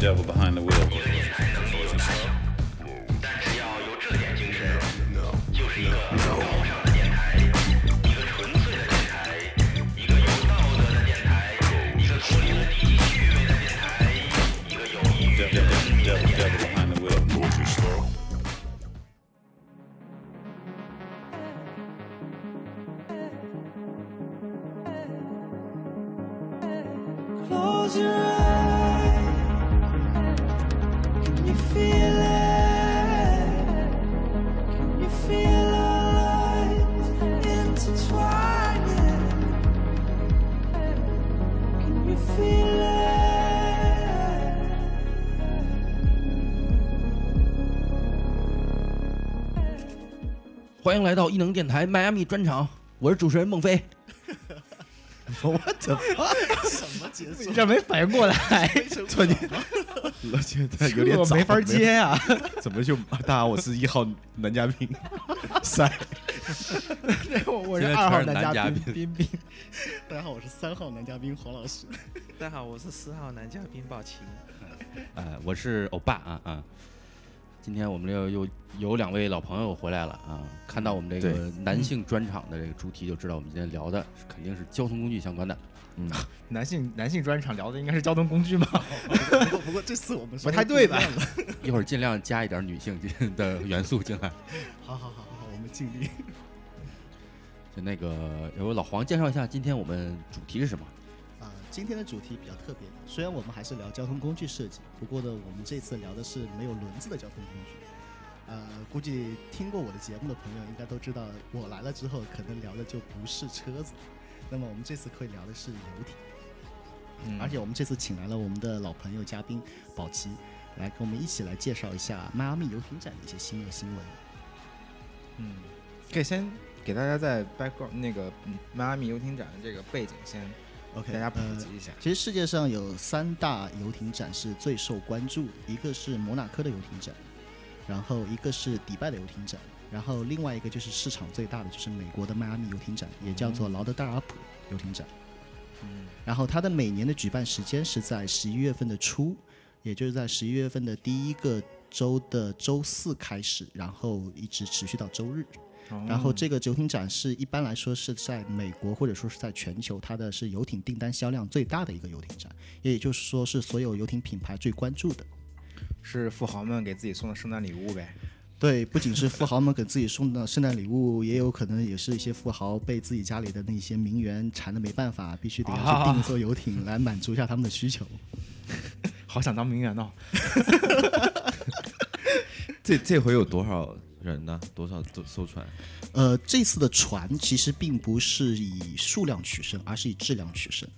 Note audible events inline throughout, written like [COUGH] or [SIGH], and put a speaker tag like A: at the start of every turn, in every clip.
A: devil behind the wheel.
B: 欢迎来到伊能电台迈阿密专场，我是主持人孟 [LAUGHS] 非。
C: 我的妈！
D: 你这没反应
C: [LAUGHS]
D: 过来，
C: 错你，而且他有点
D: 我
C: 早
D: 没法接，啊。
C: 没怎么就大家好，我是一号男嘉
D: [LAUGHS]
C: 宾，三，
D: 我我是
E: 现在
D: 二号
E: 全是男
D: 嘉
E: 嘉
D: 宾
E: 宾
D: 彬彬，
F: 大家好，我是三号男嘉宾黄老师。
G: 大家好，我是十号男嘉宾宝奇。
B: [LAUGHS] 哎，我是欧巴啊啊！今天我们这又有两位老朋友回来了啊！看到我们这个
C: 对
B: 男性专场的这个主题，就知道我们今天聊的是肯定是交通工具相关的。
D: 男性男性专场聊的应该是交通工具吧？
F: 不过不过这次我们稍
D: 不
F: 微
D: 太对吧
F: 一样了？
B: [LAUGHS] 一会儿尽量加一点女性的元素进来。
F: 好好好好好，我们尽力。
B: 就那个，由老黄介绍一下今天我们主题是什么？
F: 啊，今天的主题比较特别，虽然我们还是聊交通工具设计，不过呢，我们这次聊的是没有轮子的交通工具。呃，估计听过我的节目的朋友应该都知道，我来了之后，可能聊的就不是车子。那么我们这次会聊的是游艇，而且我们这次请来了我们的老朋友嘉宾宝奇，来跟我们一起来介绍一下迈阿密游艇展的一些新的新闻。
D: 嗯， [LAUGHS] 可以先给大家在 background 那个嗯迈阿密游艇展的这个背景先
F: OK，
D: 给大家普
F: 呃
D: 及一下。
F: 其实世界上有三大游艇展是最受关注，一个是摩纳哥的游艇展，然后一个是迪拜的游艇展，然后另外一个就是市场最大的就是美国的迈阿密游艇展，也叫做劳德代尔普游艇展。
D: 嗯，
F: 然后它的每年的举办时间是在十一月份的初，也就是在十一月份的第一个周的周四开始，然后一直持续到周日。
C: 呃
D: 嗯
F: 然后这个游艇展是一般来说是在美国或者说是在全球，它的是游艇订单销量最大的一个游艇展，也就是说是所有游艇品牌最关注的。
D: 是富豪们给自己送的圣诞礼物呗？
F: 对，不仅是富豪们给自己送的圣诞礼物，也有可能也是一些富豪被自己家里的那些名媛缠的没办法，必须得 [LAUGHS] 要去订一艘游艇来满足一下他们的需求。
D: 好想当名媛哦！
E: 这这回有多少人呢？多少艘艘船？
F: 呃，这次的船其实并不是以数量取胜，而是以质量取胜。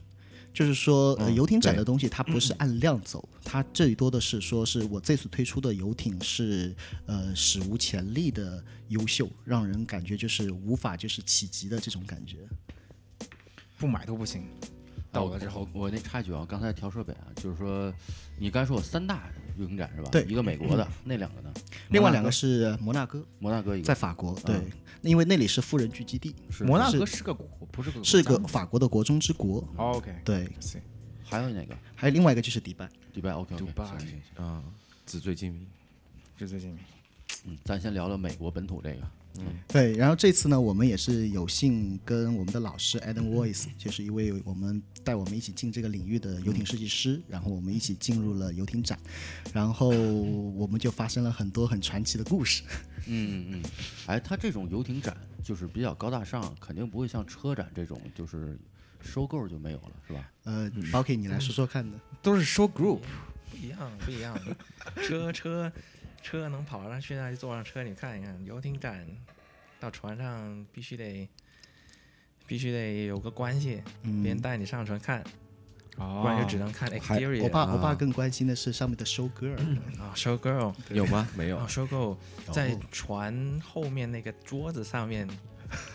F: 就是说，呃，游艇展的东西它不是按量走，它最多的是说是我这次推出的游艇是呃史无前例的优秀，让人感觉就是无法就是企及的这种感觉。
D: 不买都不行。到了之后，
B: 啊我那插一句啊，刚才调设备啊，就是说你刚才说有三大游艇展是吧？
F: 对
B: 一个美国的，那两个呢？
F: 另外两个是摩纳哥，
B: 摩纳哥一个
F: 在法国，对，因为那里是富人聚集地，
B: 是
D: 摩纳哥是个国，不是个国
F: 是
D: 家
F: 个法国的国中之国，
D: 哦 OK，
F: 对。
D: 行，
B: 还有哪个？
F: 还有另外一个就是迪拜，
B: 迪拜 OK，
D: 迪拜
E: 啊，纸醉金迷。
D: 纸醉金迷。
B: 嗯，咱先聊聊美国本土这个。
F: 对，然后这次呢，我们也是有幸跟我们的老师 Adam Voice，就是一位我们带我们一起进这个领域的游艇设计师，然后我们一起进入了游艇展，然后我们就发生了很多很传奇的故事。
B: 嗯嗯，嗯，哎，它这种游艇展就是比较高大上，肯定不会像车展这种就是收购就没有了，是吧？
F: 呃，宝 K，你来说说看呢？
D: 都是 show group，
G: 不一样，不一样。车车车能跑上去，那就坐上车，你看一看。游艇展到船上必须得必须得有个关系，
F: 嗯
G: 别人带你上船看，
D: 哦
G: 不然就只能看
E: 嗯还
G: exterior。
F: 我爸，我爸更关心的是上面的收割。
G: 啊，show girl，
E: 有吗？没有
G: 啊。，show girl，
F: 有
G: 在船后面那个桌子上面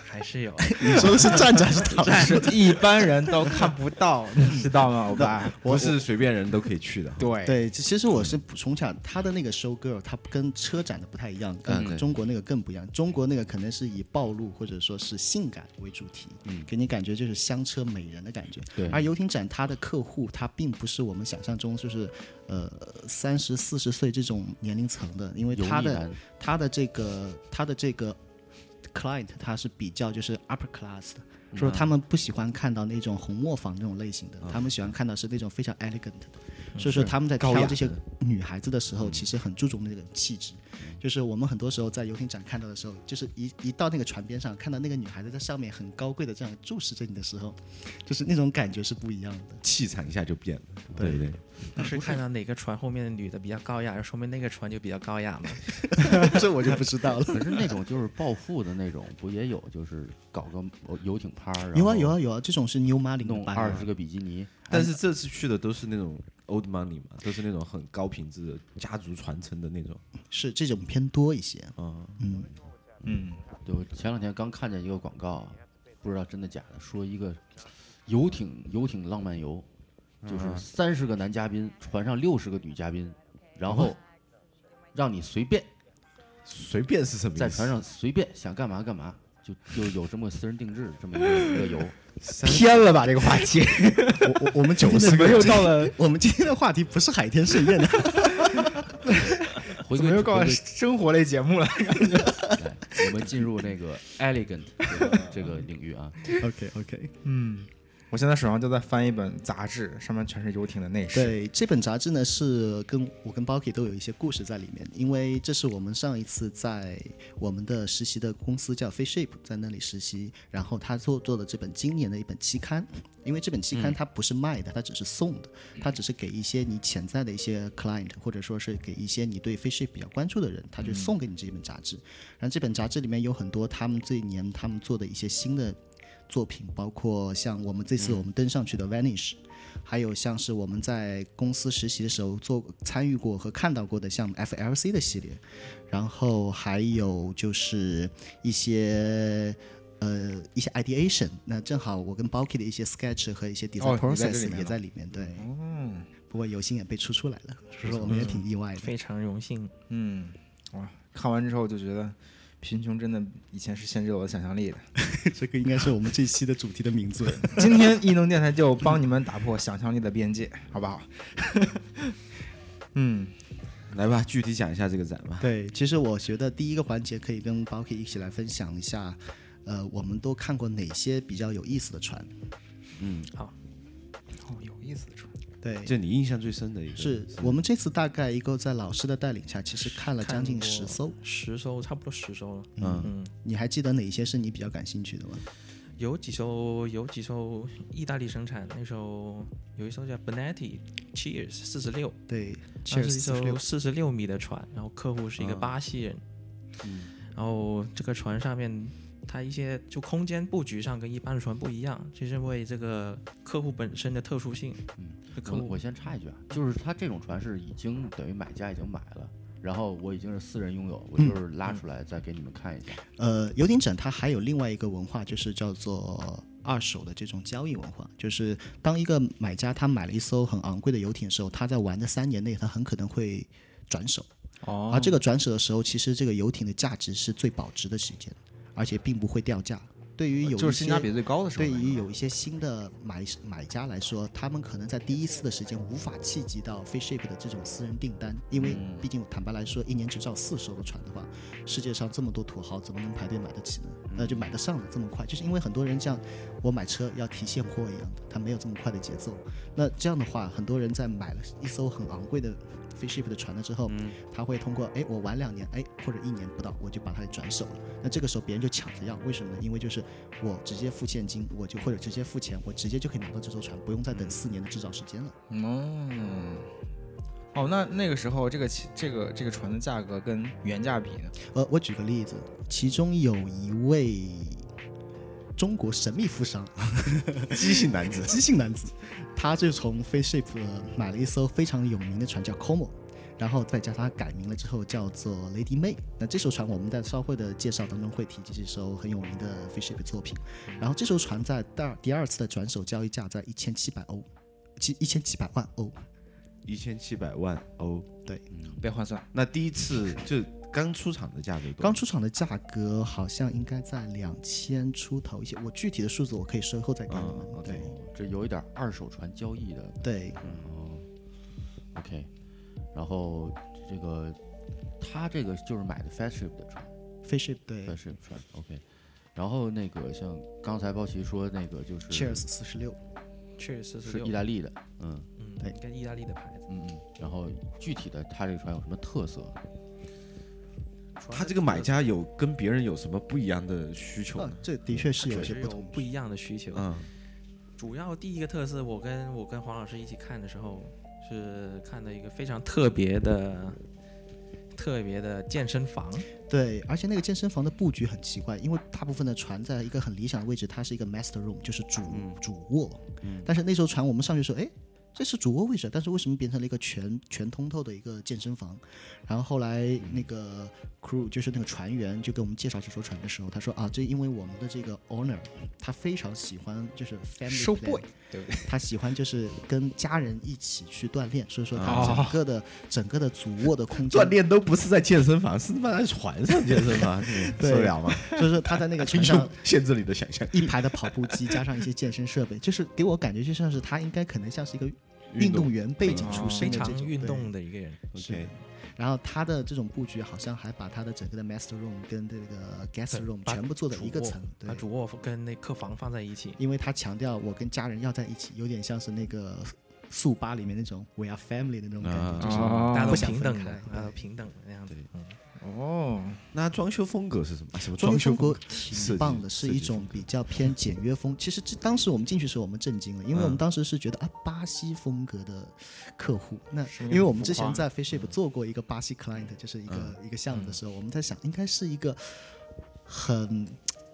G: 还是
E: [LAUGHS]
G: 有
F: 你说的是站着还是躺着？
D: 是一般人都看不 [LAUGHS] 到，嗯你知道吗，欧巴？
E: 不是随便人都可以去的。
D: 对，
F: 对，其其实我是
B: 嗯
F: 补充一下，它的那个 show girl，它跟车展的不太一样，
E: 嗯
F: 跟
E: 对
F: 中国那个更不一样。中国那个可能是以暴露或者说是性感为主题，给你感觉就是香车美人的感觉。
B: 嗯对
F: 而游艇展它的客户，它并不是我们想象中就是呃三十四十岁这种年龄层的，因为
B: 油腻
F: 它的 [LAUGHS]
B: 男
F: 它的这个它的这个 client，它是比较就是 upper class 的。
B: 嗯
F: 说他们不喜欢看到那种红磨坊那种类型的，他们喜欢看到是那种非常 elegant 的，
B: 嗯
F: 所以说他们在挑这些女孩子的时候，其实很注重那个气质。就是我们很多时候在游艇展看到的时候，就是一一到那个船边上，看到那个女孩子在上面很高贵的这样注视着你的时候，就是那种感觉是不一样的。
E: 气场一下就变了，对不对？
G: 当时看到哪个船后面的女的比较高雅，就说明那个船就比较高雅
E: [LAUGHS]
G: 嘛。
F: 这我就不知道了。
B: 可是那种就是暴富的那种，不也有就是搞个游艇趴 [LAUGHS] 儿？然
F: 有啊
B: 后
F: 有啊有啊，这种是 New Money 的
B: 弄
F: 版
B: 二
F: 本啊
B: 十个比基尼，
E: 但是这次去的都是那种 old money 嘛，都是那种很高品质的家族传承的那种。
F: 是这种偏多一些。
E: 啊，
F: 嗯，
D: 嗯，
B: 对，我前两天刚看见一个广告，啊不知道真的假的，说一个游艇游艇浪漫游，
D: 嗯
B: 就是三十个男嘉宾，船上六十个女嘉宾，然
D: [LAUGHS]
B: 后让你随便
E: 随便是什么意思？
B: 在船上随便想干嘛干嘛，就就有这么私人定制这么一个一个
D: [LAUGHS]
B: 游。
D: 偏了吧这个话题，
F: [LAUGHS] 我我我们今天的
D: 怎么又到了？
F: [LAUGHS] 我们今天的话题不是海天盛宴的，啊
B: 回
D: 怎
B: 归
D: 么又
B: 回
D: 搞
B: 归
D: 生活类节目了？
B: 来，我们进入那个
D: [LAUGHS]
B: elegant 这个这个领域啊。
F: OK OK，
D: 嗯， [LAUGHS] 我现在手上就在翻一本杂志，上面全是游艇的内饰。
F: 对这本杂志呢是跟我跟 b a k i 都有一些故事在里面，因为这是我们上一次在我们的实习的公司叫 Fish Shape 在那里实习，然后他做做的这本今年的一本期刊，因为这本
D: 嗯
F: 期刊它不是卖的，它只是送的，它只是给一些你潜在的一些 client 或者说是给一些你对 Fish Shape 比较关注的人，他
D: 嗯
F: 就送给你这本杂志。然后这本杂志里面有很多他们这一年他们做的一些新的作品，包括像我们这
D: 嗯
F: 次我们登上去的 Vanish，、还有像是我们在公司实习的时候做参与过和看到过的像 FLC 的系列，然后还有就是一些。呃，一些 ideation，那正好我跟 Balky 的一些 sketch 和一些 design
D: 哦你在这里
F: process
D: 面了
F: 也在里面，对。
D: 嗯
F: 不过有幸也被出出来了，所以说我们也挺意
D: [LAUGHS]
F: 外的。
G: 非常荣幸，
D: 嗯，哇，看完之后就觉得，贫穷真的以前是限制了我的想象力的。 [LAUGHS]
F: 这个应该是我们这期的主题的名字。
D: 今天异能电台就帮你们打破想象力的边界，好不好？嗯，
E: 来吧，具体讲一下这个展
F: [LAUGHS]
E: 吧。
F: 对，其实我觉得第一个环节可以跟 b a l k y 一起来分享一下，呃，我们都看过哪些比较有意思的船？
E: 嗯
D: 哦，有意思的船，
F: 对，
E: 就你印象最深的一个
F: 是我们这次大概一共在老师的带领下，其实看了将近
G: 看过
F: 十艘。
G: 十艘差不多十艘了。
E: 嗯
G: 嗯，
F: 你还记得哪些是你比较感兴趣的吗？
G: 有几艘有几艘意大利生产，那艘有一艘叫 Benetti Cheers 四十六，
F: 对，
G: 它
F: 确
G: 是一
F: 实
G: 艘四十六米的船，然后客户是一个巴西人，然后这个船上面它一些就空间布局上跟一般的船不一样，就是因为这个客户本身的特殊性。
B: 嗯，
G: 客
B: 我
G: 户
B: 我先插一句啊，就是他这种船是已经等于买家已经买了，然后我已经是私人拥有，我
D: 嗯
B: 就是拉出来再给你们看一下。
F: 呃，游艇展它还有另外一个文化，就是叫做二手的这种交易文化，就是当一个买家他买了一艘很昂贵的游艇的时候，他在玩的三年内，他很可能会转手。
G: 哦
D: 啊
F: 而这个转手的时候，其实这个游艇的价值是最保值的时间，而且并不会掉价。对于有
D: 就
F: 一
D: 是性价
F: 些
D: 比最高的时候。
F: 对于有一些新的买买家来说，他们可能在第一次的时间无法企及到 Fishship 的这种私人订单，因为
D: 嗯
F: 毕竟坦白来说，一年只造四艘的船的话，世界上这么多土豪怎么能排队买得起呢？呃，
D: 嗯
F: 就买得上的这么快，就是因为很多人像我买车要提现货一样的，他没有这么快的节奏。那这样的话，很多人在买了一艘很昂贵的 Fishship 的船了之后，
D: 嗯
F: 他会通过哎我玩两年哎或者一年不到我就把它给转手了。那这个时候别人就抢着要，为什么呢？因为就是我直接付现金，我就或者直接付钱，我直接就可以拿到这艘船，不用再等四年的制造时间了。
D: 嗯，哦，那那个时候这个起这个这个船的价格跟原价比呢？
F: 呃，我举个例子，其中有一位中国神秘富商，
E: 畸形
F: [LAUGHS]
E: 男子，
F: 呃知性男子，他就从 Face Shape 买了一艘非常有名的船叫 Como。然后再加上它改名了之后叫做 Lady May。那这艘船我们在稍后的介绍当中会提及这艘很有名的 f i s h i p 作品。然后这艘船在第二第二次的转手交易价在一千七百欧，七一千七百万欧。
E: 一千七百万欧。
D: 别换算，
E: 那第一次就刚出厂的价格多少
F: 刚出厂的价格好像应该在两千出头一些，我具体的数字我可以稍后再给你们。
B: 哦
E: 嗯，OK
F: 对
B: 这有一点二手船交易的
F: 对，
B: 哦，OK，然后这个他这个就是买的 Fast Ship 的船
F: f i s h i p 对
B: ，Fast Ship 船 OK，然后那个像刚才包奇说那个就是
F: Cheers 四十六，
G: 确实
B: 是
G: 六
B: 意，大利的，嗯
G: 嗯
F: 对，
G: 跟意大利的牌子。
B: 嗯嗯，然后具体的他这个船有什么特色？
E: 他这个买家有跟别人有什么不一样的需求
F: 嗯
E: 呢？，
F: 这的确是有
G: 确
F: 些不
G: 实有
F: 同。
G: 不一样的需求。
E: 嗯，
G: 主要第一个特色，我跟我跟黄老师一起看的时候，是看到一个非常特别的、特别的健身房。
F: 对，而且那个健身房的布局很奇怪，因为大部分的船在一个很理想的位置，它是一个 master room，就是主、
D: 嗯
F: 主卧。但是那艘船我们上去说，哎，这是主卧位置，但是为什么变成了一个全全通透的一个健身房？然后后来那个
D: 嗯
F: crew 就是那个船员就给我们介绍这艘船的时候，他说啊，这因为我们的这个 owner 他非常喜欢就是 family
D: Show
F: plan
D: boy 对不对？
F: 他喜欢就是跟家人一起去锻炼，所以说他
D: 哦
F: 整个的、整个的主卧的空间
E: 锻炼都不是在健身房，是他妈在船上健身房，你
F: 对
E: 受得了吗？
F: [LAUGHS] 就是说他在那个船上
E: [LAUGHS] 用限制你的想象。
F: 一排的跑步机，加上一些健身设备，就是给我感觉就像是他应该可能像是一个运动员背景出身
G: 嗯
F: 的
G: 非
F: 这
G: 常
F: 种
G: 运。
F: 对
G: 动的一个人。
F: 是的
E: OK，
F: 然后他的这种布局好像还把他的整个的 master room 跟这个 guest
G: 对
F: room
G: 把
F: 全部做在一个
G: 主卧
F: 层，对
G: 把，啊主卧跟那客房放在一起。
F: 因为他强调我跟家人要在一起，有点像是那个速八里面那种 we are family 的那种感觉，就是
D: 哦
G: 大家
F: 不
G: 都
F: 想
G: 平
F: 分
G: 等的
F: 开，
G: 啊大家都平等的那样子。嗯
D: 哦，
E: 那装修风格是什么？啊什么
F: 装
E: 修
F: 修
E: 风
F: 风
E: 格？设
F: 挺
E: 计
F: 棒的，
E: 设
F: 是
E: 计
F: 一种比较偏简约风。其实这当时我们进去的时候，我们震惊了，因
E: 嗯
F: 为我们当时是觉得啊，巴西风格的客户，那因为我们之前
E: 嗯
F: 在 f i s h i p 做过一个巴西 client，就是一个一个项目的时候，我们在想应该是一个很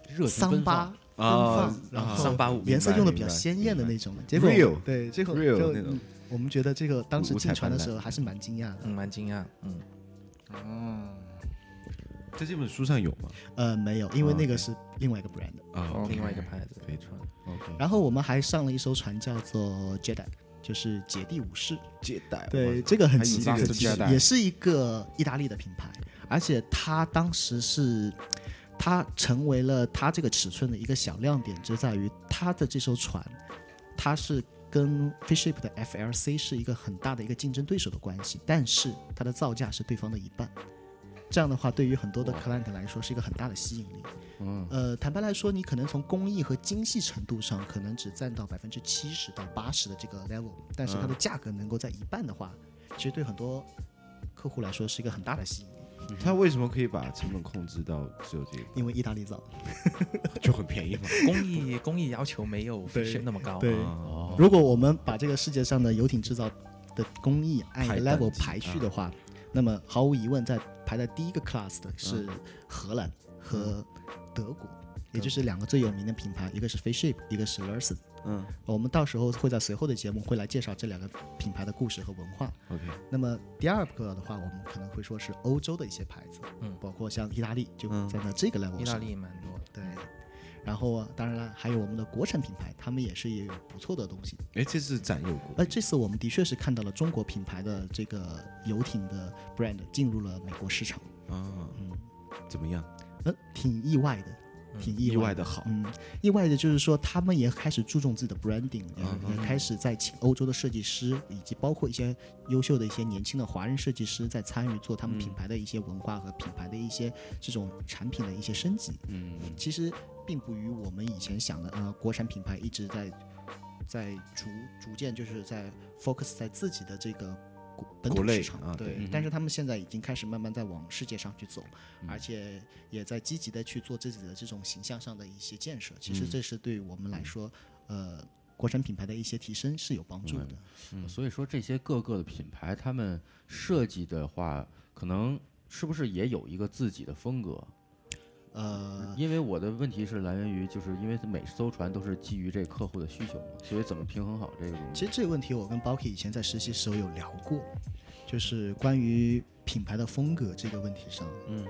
B: 热情
F: 桑
B: 奔
F: 巴
B: 放，。
F: 奔
E: 啊
F: 放，然
E: 啊
F: 后
G: 桑巴舞
F: 颜色
E: 明白
F: 用的比
E: 明
F: 较
E: 白
F: 鲜艳的
E: 明白
F: 那种，结果
E: Real
F: 对，结果
E: Real
F: 就
E: 那种
F: 嗯我们觉得这个当时
E: 五
F: 进
E: 彩
F: 船的
E: 斑
F: 时候
E: 斓
F: 还是蛮惊讶的，
G: 嗯，蛮惊讶。嗯，
D: 哦
E: 在这本书上有吗？
F: 呃，没有，因为
E: 啊
F: 那个是另外一个 brand。
E: 啊，
G: 另外一个牌子
E: 可以
G: 穿。
B: OK，
F: 然后我们还上了一艘船，叫做 Jedi，就是姐弟武士。
E: 接待
F: 对，这个很
E: 还有
F: 奇
E: 这
F: 怪，
E: 个
F: 很奇
D: 接待
F: 也是一个意大利的品牌，而且它当时是。它成为了它这个尺寸的一个小亮点，就在于它的这艘船，它是跟 Fishship 的 FLC 是一个很大的一个竞争对手的关系，但是它的造价是对方的一半。这样的话，对于很多的 client 来说是一个很大的吸引力。嗯，呃，坦白来说，你可能从工艺和精细程度上，可能只占到百分之七十到八十的这个 level，但是它的价格能够在一半的话，其实对很多客户来说是一个很大的吸引力，
E: 他为什么可以把成本控制到只有这个？
F: 因为意大利造。
E: 就很便宜嘛。
G: 工艺工艺要求没有 f i s h 那么高。啊
E: 哦
F: 如果我们把这个世界上的游艇制造的工艺按一个
E: 排嗯等
F: level
E: 级
F: 排序的话，那么毫无疑问，在排在第一个 class 的是
E: 嗯
F: 荷兰和德国，也就是两个最有名的品牌，一个是 Fishship，一个是 l u r s e n
E: 嗯
F: 我们到时候会在随后的节目会来介绍这两个品牌的故事和文化。
E: ，OK，
F: 那么第二个的话，我们可能会说是欧洲的一些牌子，
G: 嗯
F: 包括像意大利就
E: 嗯
F: 在那这个 level
G: 意大
F: 上，
G: 利蛮多的。
F: 对。然后啊，当然了，还有我们的国产品牌，他们也是也有不错的东西。
E: 哎，这次展有过
F: 而呃这次我们的确是看到了中国品牌的这个游艇的 brand 进入了美国市场，
E: 啊，
F: 嗯
E: 怎么样？
F: 呃，挺意外的，挺意
E: 意外
F: 外的。
E: 的好，
F: 嗯，意外的就是说，他们也开始注重自己的 branding，
E: 嗯
F: 也开始在请欧洲的设计师，以及包括一些优秀的一些年轻的华人设计师，在参与做他们品牌的一些文化和品牌的一些这种产品的一些升级。
B: 嗯，
F: 其实并不与我们以前想的，呃，国产品牌一直在在逐逐渐就是在 focus 在自己的这个国本
E: 国
F: 土市
E: 内
F: 场，
E: 啊对
F: 但是他们现在已经开始慢慢在往世界上去走，
E: 嗯
F: 而且也在积极的去做自己的这种形象上的一些建设。其
B: 嗯
F: 实这是对我们来说，呃，国产品牌的一些提升是有帮助的。
B: 所以说这些各个的品牌，他们设计的话，可能是不是也有一个自己的风格？
F: 呃，
B: 因为我的问题是来源于，就是因为每艘船都是基于这客户的需求嘛，所以怎么平衡好这个东
F: 其
B: 西？
F: 实这个问题我跟 Balky 以前在实习时候有聊过，就是关于品牌的风格这个问题上。
B: 嗯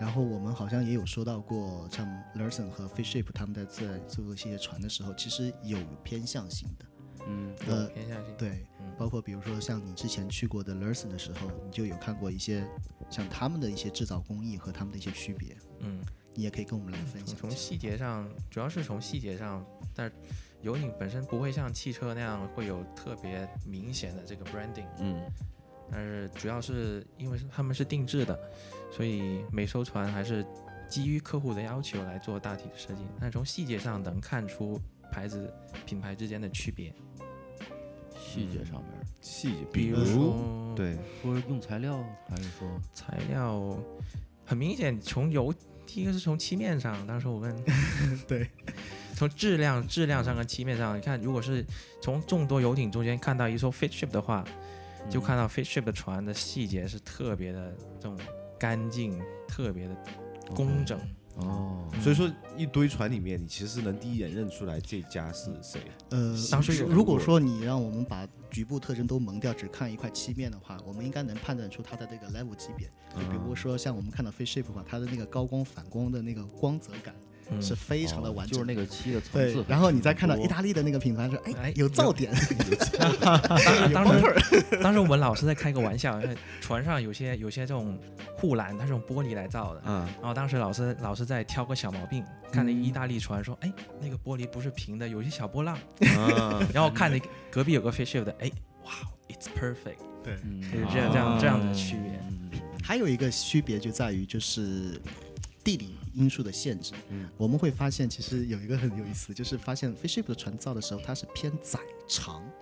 F: 然后我们好像也有说到过，像 Larson 和 Fishship 他们在在做一些船的时候，其实有偏向性的。
B: 嗯
F: 呃，
G: 偏向性。
F: 对
G: 嗯，
F: 包括比如说像你之前去过的 Larson 的时候，你就有看过一些像他们的一些制造工艺和他们的一些区别，
G: 嗯，
F: 你也可以跟我们来分享
G: 从从
F: 一下。
G: 细节上，主要是从细节上，但是游艇本身不会像汽车那样会有特别明显的这个 branding，
E: 嗯，
G: 但是主要是因为是他们是定制的，所以每艘船还是基于客户的要求来做大体的设计，但是从细节上能看出牌子品牌之间的区别，
B: 细节上面儿，
E: 细
F: 嗯
E: 节，
G: 比如说
E: 对，
B: 说用材料还是说
G: 材料，很明显从油，第一个是从漆面上，当时我问，
F: 对，
G: 从质量质量上跟漆面上，你看如果是从众多游艇中间看到一艘 Fit Ship 的话，
B: 嗯
G: 就看到 Fit Ship 的船的细节是特别的这种干净，特别的工整。
B: 哦，
E: 所以说一堆船里面，你其实能第一眼认出来这家是谁，
B: 嗯
F: 呃，
G: 当时有
F: 如
G: 人
F: 果
E: 问
F: 说你让我们把局部特征都蒙掉，只看一块漆面的话，我们应该能判断出它的这个 level 级别。就比
B: 嗯
F: 如说像我们看到 Fishship 的话，它的那个高光反光的那个光泽感
G: 嗯
F: 是非常的完
B: 哦就
F: 整
B: 是
F: 的。
B: 那个漆的层次
F: 对
B: 很，
F: 然后你再
B: 很
F: 看到
B: 多
F: 意大利的那个品牌说，哎
G: 哎，
F: 有噪点，
G: [LAUGHS] 啊当时， [LAUGHS] 当时我们老师在开个玩笑，就是船上有些有些这种护栏，它是用玻璃来造的。
E: 啊，
G: 然后当时老师老师在挑个小毛病，看了意大利船说，哎，那个玻璃不是平的，有些小波浪。
E: 啊，
G: [LAUGHS] 然后看了隔壁有个 fish ship 的，哎，哇，it's perfect，
B: 嗯
G: 就是这样这样这样的区别。
B: 嗯
F: 还有一个区别就在于就是地理因素的限制。
E: 嗯
F: 我们会发现其实有一个很有意思，就是发现 fishship 的船造的时候它是偏窄长，
G: 嗯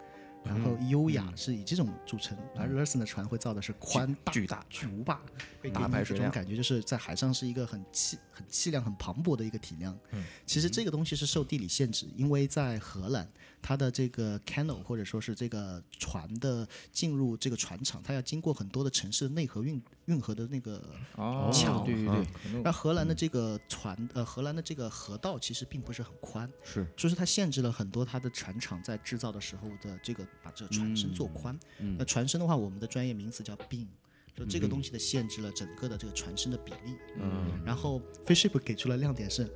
F: 然后优雅是以这种著称，而 Larson 的船会造的是宽大
G: 巨大
F: 巨无霸，会给
G: 大
F: 你
G: 排
F: 这
G: 水
F: 种
G: 量
F: 感觉就是在海上是一个很气很气量很磅礴的一个体量。
G: 嗯
F: 其实这个东西是受地理限制，因为在荷兰。它的这个 canal 或者说是这个船的进入这个船厂，它要经过很多的城市的内河运运河的那个。
D: 哦嗯
F: 巧
D: 对对
E: 啊
D: 对，
F: 那荷兰的这个船，呃，荷兰的这个河道其实并不是很宽，
B: 是，
F: 就是它限制了很多它的船厂在制造的时候的这个把这个船身做宽。那船身的话，我们的专业名词叫 beam，就这个东西的限制了整个的这个船身的比例。
E: 嗯，
F: 然后 Fishship 给出了亮点是，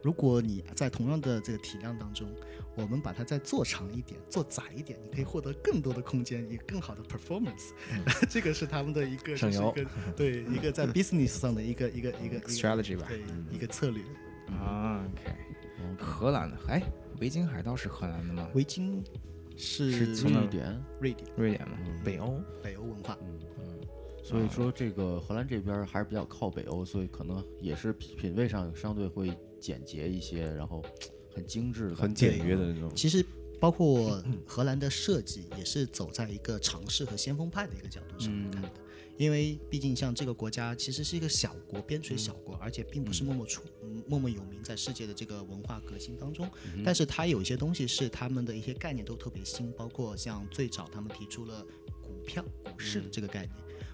F: 如果你在同样的这个体量当中，我们把它再做长一点、做窄一点，你可以获得更多的空间，也更好的 performance。
D: 嗯
F: 这 [LAUGHS] 个是他们的一个，就
G: 省
F: 是一
G: 油
F: 个对一
D: [LAUGHS]
F: 个在 business 上的一个一个一个一个
D: strategy 吧。嗯
F: 对一个策略。
D: 啊，OK，荷兰的，哎，维京海盗是荷兰的吗？
F: 维京是
D: 从哪儿
B: 一点，
F: 瑞典
D: 瑞典吗？
G: 北欧，
F: 北欧文化，
B: 所
E: 嗯
B: 以说这个荷兰这边儿还是比较靠北欧，所以可能也是品品味上相对会简洁一些，然后很精致的感
E: 很
B: 觉，啊
E: 简约的那种，
F: 其实包括荷兰的设计，也是走在一个尝试和先锋派的一个角度上来看的。因为毕竟像这个国家其实是一个小国，边陲小国，而且并不是默默出、嗯默默有名在世界的这个文化革新当中。但是它有一些东西是他们的一些概念都特别新，包括像最早他们提出了股票、股市的这个概念。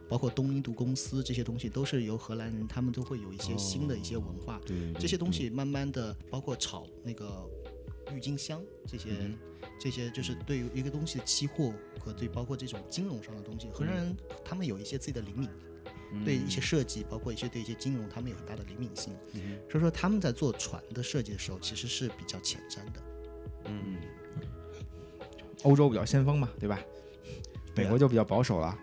F: 包括东印度公司这些东西，都是由荷兰人，他们都会有一些新的一些文化。
E: 对，
F: 这些
D: 嗯
F: 东西慢慢的，包括炒那个郁金香这些，
D: 嗯
F: 这些就是对于一个东西的期货和对包括这种金融上的东西，荷兰人
D: 嗯
F: 他们有一些自己的灵敏，对一些设计，包括一些对一些金融，他们有很大的灵敏性，
D: 嗯
F: 所以说他们在做船的设计的时候，其实是比较前瞻的。
D: 欧洲比较先锋嘛，对吧？
F: 对啊
D: 美国就比较保守了。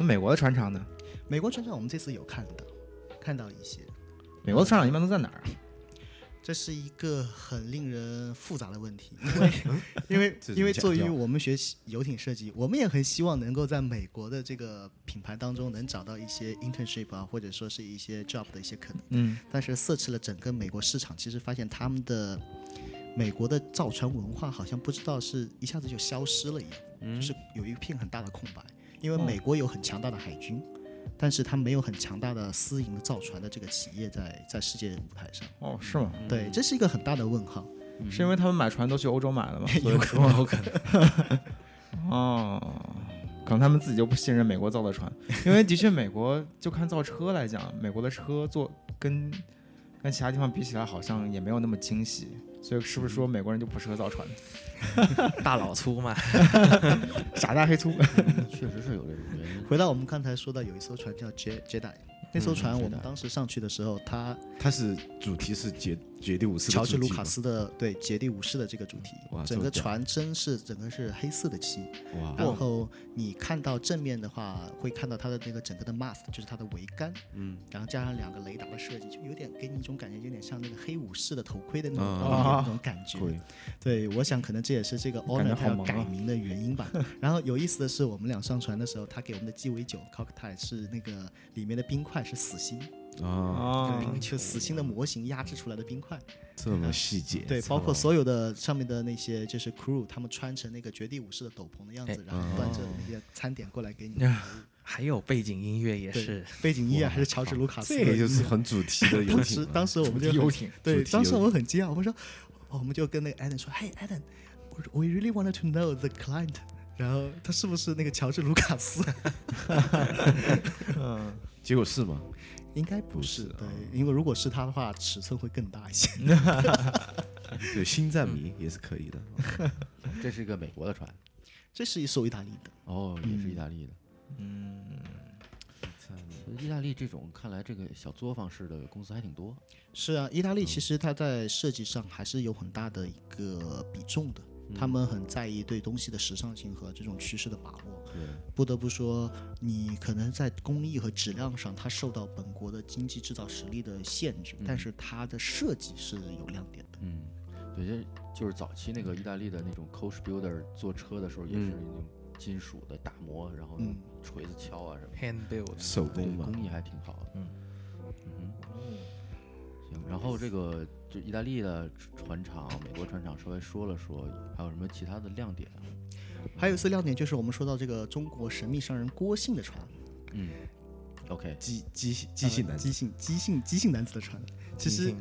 D: 那美国的船厂呢？
F: 美国船厂我们这次有看到，看到一些，
D: 美国的船厂一般都在哪儿啊？
F: 这是一个很令人复杂的问
E: [LAUGHS]
F: 题，因为因为
E: 这怎么
F: 因为
E: 讲
F: 作为
E: 掉
F: 我们学习游艇设计，我们也很希望能够在美国的这个品牌当中能找到一些 internship 啊，或者说是一些 job 的一些可能。
D: 嗯，
F: 但是测试了整个美国市场，其实发现他们的美国的造船文化好像不知道是一下子就消失了一样，就
E: 嗯
F: 是有一片很大的空白。因为
E: 哦
F: 美国有很强大的海军，但是它没有很强大的私营的造船的这个企业在在世界舞台上。
D: 哦，是吗？
E: 嗯
F: 对，这是一个很大的问号。
D: 是因为他们买船都去欧洲买了吗？ [LAUGHS] 所以说，嗯有可能。 [LAUGHS] 哦，可能他们自己就不信任美国造的船，因为的确美国就看造车来讲，美国的车做跟跟其他地方比起来，好像也没有那么精细。所以是不是说美国人就不适合造 [LAUGHS] 船？
G: 大老粗嘛， [LAUGHS]
D: 傻大黑粗。
B: 嗯确实是有这种原因。
F: 回到我们刚才说到有一艘船叫 Je- Jedi，那艘
E: 嗯
F: 船我们当时上去的时候，它
E: 它是主题是杰杰地武士的
F: 乔治·
E: 主
F: 卢
E: 题
F: 卡斯的对《杰地武士》的这个主题
E: 哇，
F: 整个
E: 这么屌
F: 船真是整个是黑色的漆，
E: 哇，
F: 然后你看到正面的话，会看到它的那个整个的 mast，就是它的桅杆，嗯，然后加上两个雷达的设计，就有点给你一种感觉，有点像那个黑武士的头盔的那种、
D: 啊
F: 那种感觉。
E: 对
F: 对，我想可能这也是这个
D: 觉
F: Honor
D: 好
F: 它要
D: 萌啊
F: 改名的原
D: [LAUGHS]
F: 因吧。然后有意思的是，我们俩上船的时候，他给我们的鸡尾酒 cocktail 是那个里面的冰块是死星，
E: 啊，
D: 啊
F: 冰就死星的模型压制出来的冰块。
E: 这么细节，
F: 对，包括
E: 操
F: 所有的上面的那些就是 crew，他们穿成那个绝地武士的斗篷的样
E: 哎
F: 子，然后端着
E: 嗯
F: 那些餐点过来给你。
G: 还有背景音乐也
F: 对
G: 是，
F: 背景音乐还是乔治·卢卡斯的
E: 这
F: 音乐。
E: 个就是很主题的游
F: 当
E: 艇
F: 时
E: 了，
F: 当时我们就
D: 游
F: 很
D: 艇，
F: 对，
E: 主题
F: 当时
E: 游
F: 我们很惊讶，我们说，我们就跟那个 Adam 说，Hey Adam，we really wanted to know the client，然后他是不是那个乔治·卢卡斯？
D: 嗯，
E: 结果是吗？
F: 应该不
E: 不
F: 是，
E: 是啊
F: 对，因为如果是他的话，尺寸会更大一些。
E: 对，星战迷也是可以的。
B: 这是一个美国的船，
F: 这是一艘意大利的，
B: 哦，也是意大利的。
E: 嗯
B: 所以意大利这种看来这个小作坊式的公司还挺多。
F: 是啊，意大
E: 嗯
F: 利其实它在设计上还是有很大的一个比重的，
E: 嗯
F: 他们很在意对东西的时尚性和这种趋势的把握。
B: 对，
F: 不得不说，你可能在工艺和质量上，它受到本国的经济制造实力的限
E: 嗯
F: 制，但是它的设计是有亮点的。
B: 嗯，对，就是就是早期那个意大利的那种 coach builder 做车的时候也是
E: 嗯
B: 那种金属的打磨，然后
F: 嗯
B: 锤子敲啊什么的。
G: hand build，
E: 手
B: 对
E: 工嘛，
B: 工艺还挺好的。
G: 嗯
B: 嗯哼，行。然后这个就意大利的船厂、美国船厂稍微说了说，还有什么其他的亮点啊？
F: 还有一次亮点就是我们说到这个中国神秘商人郭姓的船，
B: 嗯，OK，
E: 机机机性男
F: 姬姓姬姓姬姓男子的船。其实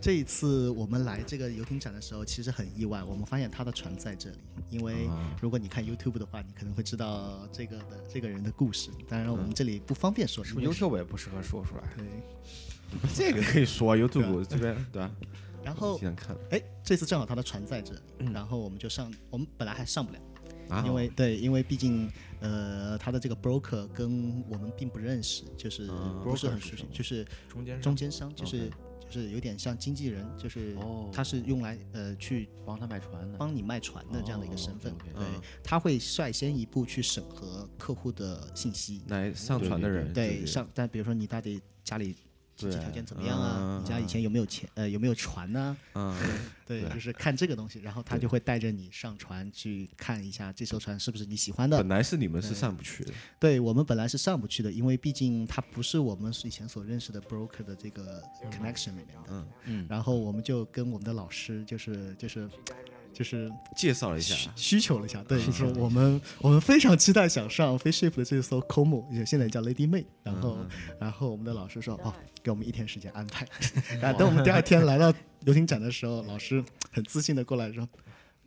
F: 这一次我们来这个游艇展的时候，其实很意外，我们发现他的船在这里。因为
E: 啊
F: 如果你看 YouTube 的话，你可能会知道这个的这个人的故事。当然，我们这里不方便说，
D: 是
F: 因
D: 不
F: 为
D: 是 YouTube 也不适合说出来？
F: 对。
E: 这个可以说啊，YouTube 这边对吧？
F: 然
E: 我
F: 后
E: 经常看
F: 哎，这次正好他的船在这里，然后我们就上，我们本来还上不了，
E: 啊，
F: 因为对，因为毕竟呃，他的这个 broker 跟我们并不认识，就是不是很熟悉，就是
D: 中间
F: 中间商，就是就是有点像经纪人，就是
B: 哦
F: 他是用来呃去
B: 帮他卖船的。
F: 帮你卖船的这样的一个身份，
B: 哦，OK，OK
F: 对，他会率先一步去审核客户的信息，
E: 来上传的人
F: 对，
E: 就是
F: 上，但比如说你到底家里经济条件怎么样啊？你家以前有没有钱？呃，有没有船呢？
E: 啊，
F: [LAUGHS] 对，就是看这个东西，然后他就会带着你上船去看一下这艘船是不是你喜欢的
E: 本。来是你们是上不去的，
F: 对我们本来是上不去的，因为毕竟它不是我们以前所认识的 broker 的这个 connection 里面的。嗯
B: 嗯
F: 然后我们就跟我们的老师，就是就是就是
E: 介绍了一
F: 需
E: 下，
F: 需求了一下，对，就是我们我们非常期待想上 Fish Ship 的这艘 Como，也现在叫 Lady May，然后、然后我们的老师说哦，给我们一天时间安排，然后等我们第二天来到游艇展的时候，老师很自信的过来说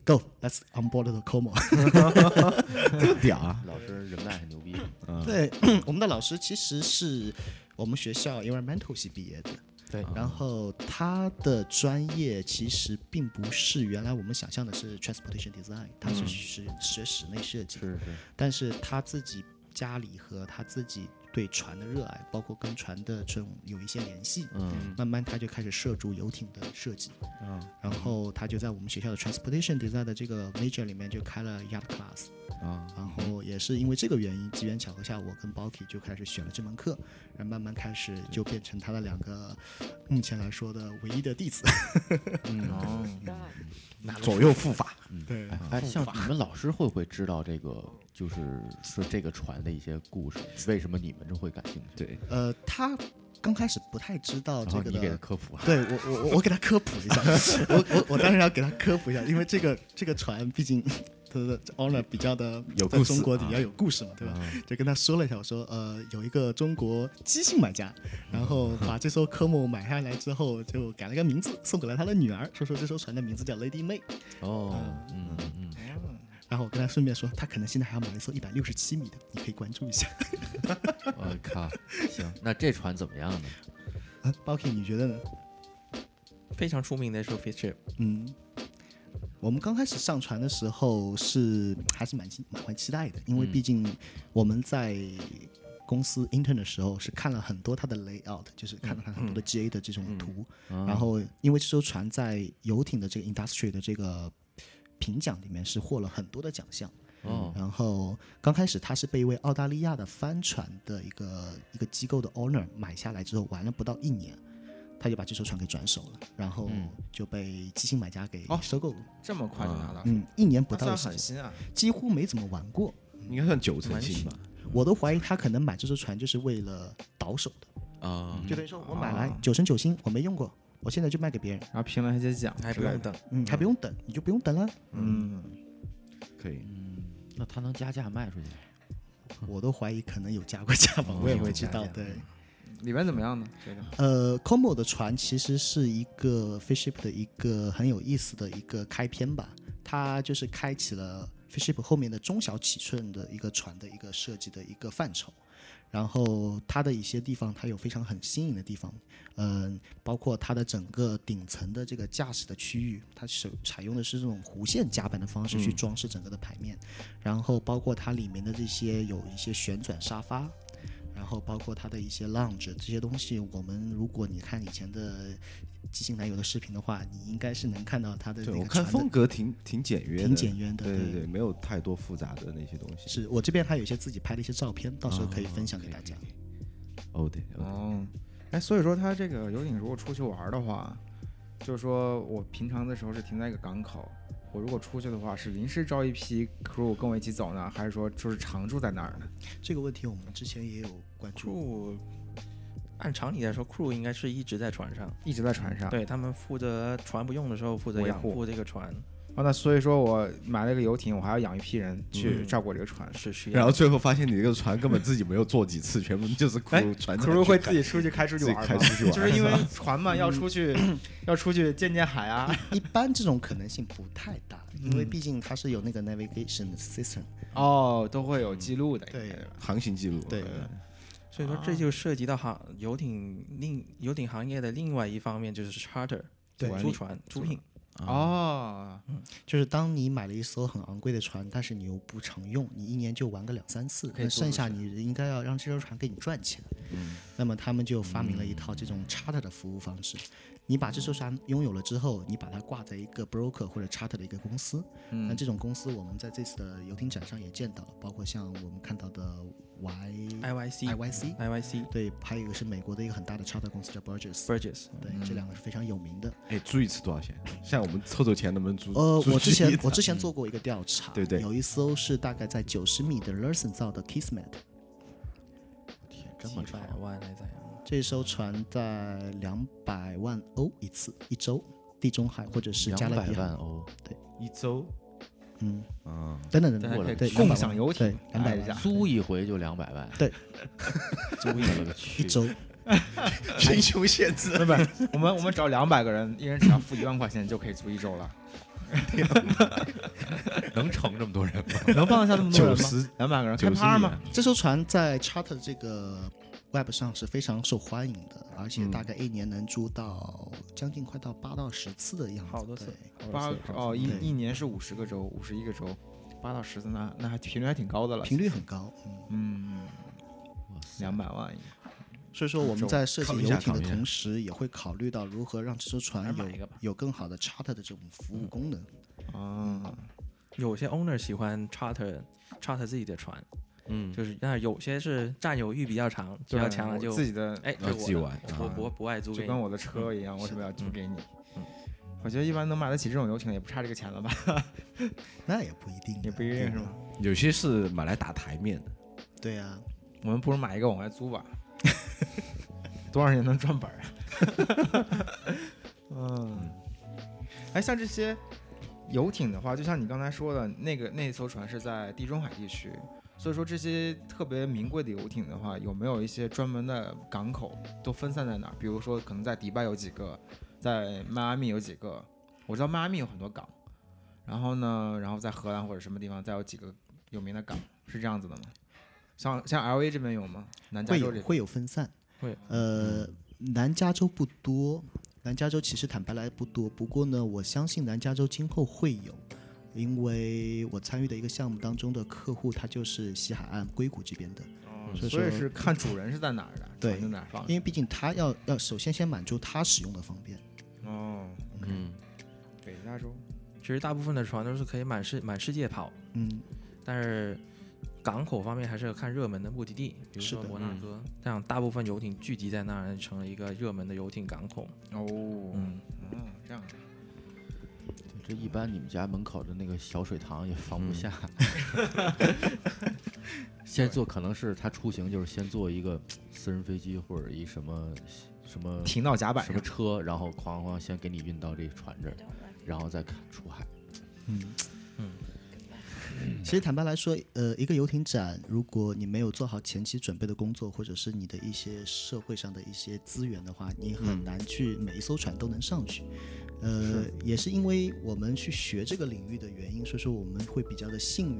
F: ，Go let's on board the Como。
E: 这么屌啊！
B: 老师人脉很牛逼，
F: 对， [COUGHS] 我们的老师其实是我们学校 environmental 系毕业的。
D: 对，
B: 啊
F: 然后他的专业其实并不是原来我们想象的是 transportation design，他是学、学室内设计，
B: 是是，
F: 但是他自己家里和他自己对船的热爱，包括跟船的这种有一些联系，
B: 嗯，
F: 慢慢他就开始涉足游艇的设计，然后他就在我们学校的 transportation design 的这个 major 里面就开了 yacht class，
E: 啊，
F: 然后也是因为这个原因，机缘巧合下，我跟 Balky 就开始选了这门课，然后慢慢开始就变成他的两个目前来说的唯一的弟子。
D: 哦，
E: 左右护法，
F: 对，
B: 哎，像你们老师会不会知道这个，就是说这个船的一些故事？为什么你们这会感兴趣？
E: 对，
F: 呃，他刚开始不太知道
B: 然
F: 这
B: 后
F: 个
B: 你给他
F: 的。
B: 科普了，
F: [LAUGHS] 对我我我我给他科普一下，我我我当然要给他科普一下，因为这个这个船毕竟他的 owner 比较的
E: 有
F: 在
E: 故
F: 中
E: 事啊
F: 国比较有故事嘛，对吧？就跟他说了一下，我说呃有一个中国姬姓买家，然后把这艘科目买下来之后，就改了个名字送给了他的女儿，说说这艘船的名字叫 Lady May。
B: 哦，嗯嗯 [LAUGHS] 嗯，
F: 然后我跟他顺便说，他可能现在还要买一艘一百六十七米的，你可以关注一下。 [LAUGHS]
B: 我靠，行，那这船怎么样呢？
F: 啊 b a l k y 你觉得呢？
G: 非常出名的 s h o fish trip，
F: 嗯，我们刚开始上船的时候是还是蛮期蛮蛮期待的，因为毕竟我们在公司 intern 的时候是看了很多它的 layout，就是看了它很多的 GA 的这种图，然后因为这艘船在游艇的这个 industry 的这个评奖里面是获了很多的奖项。
B: 哦，
F: 然后刚开始它是被一位澳大利亚的帆船的一个一个机构的 owner 买下来之后，玩了不到一年，他就把这艘船给转手了，然后就被激进买家给
D: 哦
F: 嗯收购了。
D: 这么快就拿到，
F: 嗯，一年不
D: 那
F: 到的
D: 算
F: 时
D: 狠
F: 间，
D: 心啊！
F: 几乎没怎么玩过。
E: 应该算九成新吧？
F: 我都怀疑他可能买这艘船就是为了倒手的，
E: 啊，
F: 就等于说我买来九成九新，我没用过，我现在就卖给别人，
D: 哦然后评论还得奖，
G: 还不用，等，
F: 嗯，还不用等，你就不用等了。
D: 嗯，
E: 可以，
B: 那他能加价卖出去？
F: 我都怀疑可能有哦加过价吧，我也不知道。对，
D: 里边怎么样呢？觉得
F: 呃，Como 的船其实是一个 Fishship 的一个很有意思的一个开篇吧，它就是开启了 Fishship 后面的中小尺寸的一个船的一个设计的一个范畴。然后它的一些地方，它有非常很新颖的地方，嗯、包括它的整个顶层的这个驾驶的区域，它是采用的是这种弧线甲板的方式去装饰整个的牌面，然后包括它里面的这些有一些旋转沙发，然后包括它的一些 lounge 这些东西，我们如果你看以前的即兴男友的视频的话，你应该是能看到它的那
E: 对我
F: 个
E: 看
F: 船
E: 风
F: 的。
E: 格挺挺简约的，
F: 挺简约的
E: 对
F: 对
E: 对，没有太多复杂的那些东西。
F: 是我这边还有一些自己拍的一些照片，到时候可以
E: 啊
F: 分享给
E: 可以
F: 大家。
E: 可以哦对，哦
D: 哦，哎，所以说他这个游艇如果出去玩的话，就是说我平常的时候是停在一个港口，我如果出去的话是临时招一批 crew 跟我一起走呢，还是说就是常住在那儿呢？
F: 这个问题我们之前也有关注，
G: crew 按常理来说，crew 应该是一直在船上，
D: 一直在船上。
G: 对他们负责船不用的时候负责
D: 啊维
G: 养
D: 护
G: 护这个船，
D: 哦，那所以说我买了个游艇，我还要养一批人去
G: 嗯
D: 照顾这个船。
G: 是需
E: 然
D: [LAUGHS]
G: 要
E: 后最后发现你这个船根本自己没有坐几次，全部就是哎 crew 船长
D: crew
E: 去
D: 会
E: 开
D: 自己出去开出去
E: 自己
D: 玩吗？
E: 开出去玩
D: 就是因为船嘛，要出
G: [LAUGHS]
D: 去，要出去见见海啊。
F: 一般这种可能性不太大，因为毕竟它是有那个 navigation system，
D: 哦，都会有记录的。
F: 对
D: 应该吧
E: 航行记录。
F: 对
G: 所以说这就涉及到行游艇另游艇行业的另外一方面就是 charter，
F: 对
G: 租船租赁，
D: 哦，
F: 就是当你买了一艘很昂贵的船，但是你又不常用，你一年就玩个两三次，
D: 可以
F: 那
D: 做
F: 剩下
D: 出去嗯
F: 你应该要让这艘船给你赚钱。那么他们就发明了一套这种 charter 的服务方式。你把这艘船拥有了之后，你把它挂在一个 broker 或者 charter 的一个公司。
D: 嗯
F: 那这种公司我们在这次的游艇展上也见到了，包括像我们看到的嗯 Y
G: IYC
F: IYC，
D: 嗯
G: IYC
F: 对，还有一个是美国的一个很大的 charter 公司叫 Burgess，
G: Burgess，
F: 对，
D: 嗯
F: 这两个是非常有名的。
E: 哎，租一次多少钱？像我们凑凑钱能不能租？
F: 呃，
E: 租
F: 我之
E: 一
F: 前
E: 次
F: 我之
B: 嗯
F: 前做过一个调查，
E: 对对
F: 有一艘是大概在九十米的 l e r s o n 造的 Kismet，
B: 天，这么
G: 几
B: 长
G: 百，万来着，
F: 这艘船在两百万欧一次一周，地中海或者是加
B: 两
F: 勒
B: 百
F: 比海
B: 万，欧，
E: 一周，
F: 嗯，
E: 嗯，
F: 等等等
D: 大家可
F: 等，
D: 以
F: 对，
D: 共享游艇
F: 两百
D: 哎呀
F: 万
B: 租一回就两百万，
F: 对，
B: [LAUGHS] 租一回
F: 一
B: 去，
F: 周，
E: 贫穷限
D: [LAUGHS]
E: 制。
D: 不是，我们我们找两百个人，一人只要付一万块钱就可以租一周了。
E: 能成这么多人吗？
D: 能放得下这么多人吗？
E: 90
D: 两百个人开
E: 90
D: 趴吗？
F: 这艘船在 Charter 这个 Web 上是非常受欢迎的，而且
B: 嗯
F: 大概一年能租到将近快到八到十次的样子，
G: 好多次
F: 对
D: 八哦，一
F: 对
D: 一年是五十个周，五十一个周，八到十次，那那还频率还挺高的了。
F: 频率很高，嗯。
D: 嗯，两百万，
F: 所以说我
D: 周
F: 们在设计
E: 考虑一
F: 游
E: 下
F: 艇的
E: 考虑一下
F: 同时，也会考虑到如何让这艘船
G: 还是买一
F: 有
G: 个吧
F: 有更好的 charter 的这种服
D: 嗯
F: 务功能。
G: 嗯
D: 哦，
G: 有些 owner 喜欢 charter charter 自己的船，
E: 嗯，
G: 就是但是有些是占有欲比较长，比
D: 对
G: 较强了就
D: 我自己的，
G: 哎，
E: 啊
G: 就
E: 自己玩
G: 我
E: 啊
G: 不不不爱租
D: 就
G: 给
D: 跟
G: 你，
D: 我的车一样，为什么要租
G: 嗯
D: 给你
G: 嗯？
D: 我觉得一般能买得起这种游艇的也不差这个钱了吧？
F: 那也不一定的，
D: 也不一定
F: 对
D: 是
F: 吧
D: 吗？
E: 有些是买来打台面的，
F: 对啊，
D: 我们不如买一个往外租吧，多少年能赚本儿啊？嗯，哎，像这些游艇的话，就像你刚才说的，那个那艘船是在地中海地区，所以说这些特别名贵的游艇的话，有没有一些专门的港口都分散在哪儿？比如说，可能在迪拜有几个，在迈阿密有几个，我知道迈阿密有很多港，然后呢，然后在荷兰或者什么地方再有几个有名的港，是这样子的吗？像像 L A 这边有吗？南加嗯
F: 会
D: 州这
F: 有
D: 边
F: 会有分散，
G: 会
F: 呃，南加州不多，南加州其实坦白来不多，不过呢，我相信南加州今后会有，因为我参与的一个项目当中的客户，他就是西海岸硅谷这边的，
D: 哦
F: 所以
D: 所以
F: 说
D: 是看主人是在哪儿的，
F: 对
D: 船在哪儿放的
F: 因为毕竟他要要首先先满足他使用的方便。
D: 哦，
G: 嗯，
D: 北加州，
G: 其实大部分的船都是可以满世满世界跑，
F: 嗯，
G: 但是港口方面还是要看热门的目的地，比如
F: 是
G: 说
F: 的嗯
G: 摩纳哥，这样大部分游艇聚集在那儿，成了一个热门的游艇港口。
D: 哦，嗯，
G: 嗯，
D: 这样，
B: 这一般你们家门口的那个小水塘也放不
G: 嗯
B: 下。 [LAUGHS] 先做可能是他出行就是先坐一个私人飞机或者一什么什么
D: 停到甲板
B: 什么
D: 上，
B: 车，然后哐哐先给你运到这船这儿，然后再看出海。
F: 嗯
G: 嗯，
F: 其实坦白来说，呃，一个游艇展，如果你没有做好前期准备的工作，或者是你的一些社会上的一些资源的话，你很难去每一艘船都能上去。呃，也嗯是因为我们去学这个领域的原因，所以说我们会比较的幸运。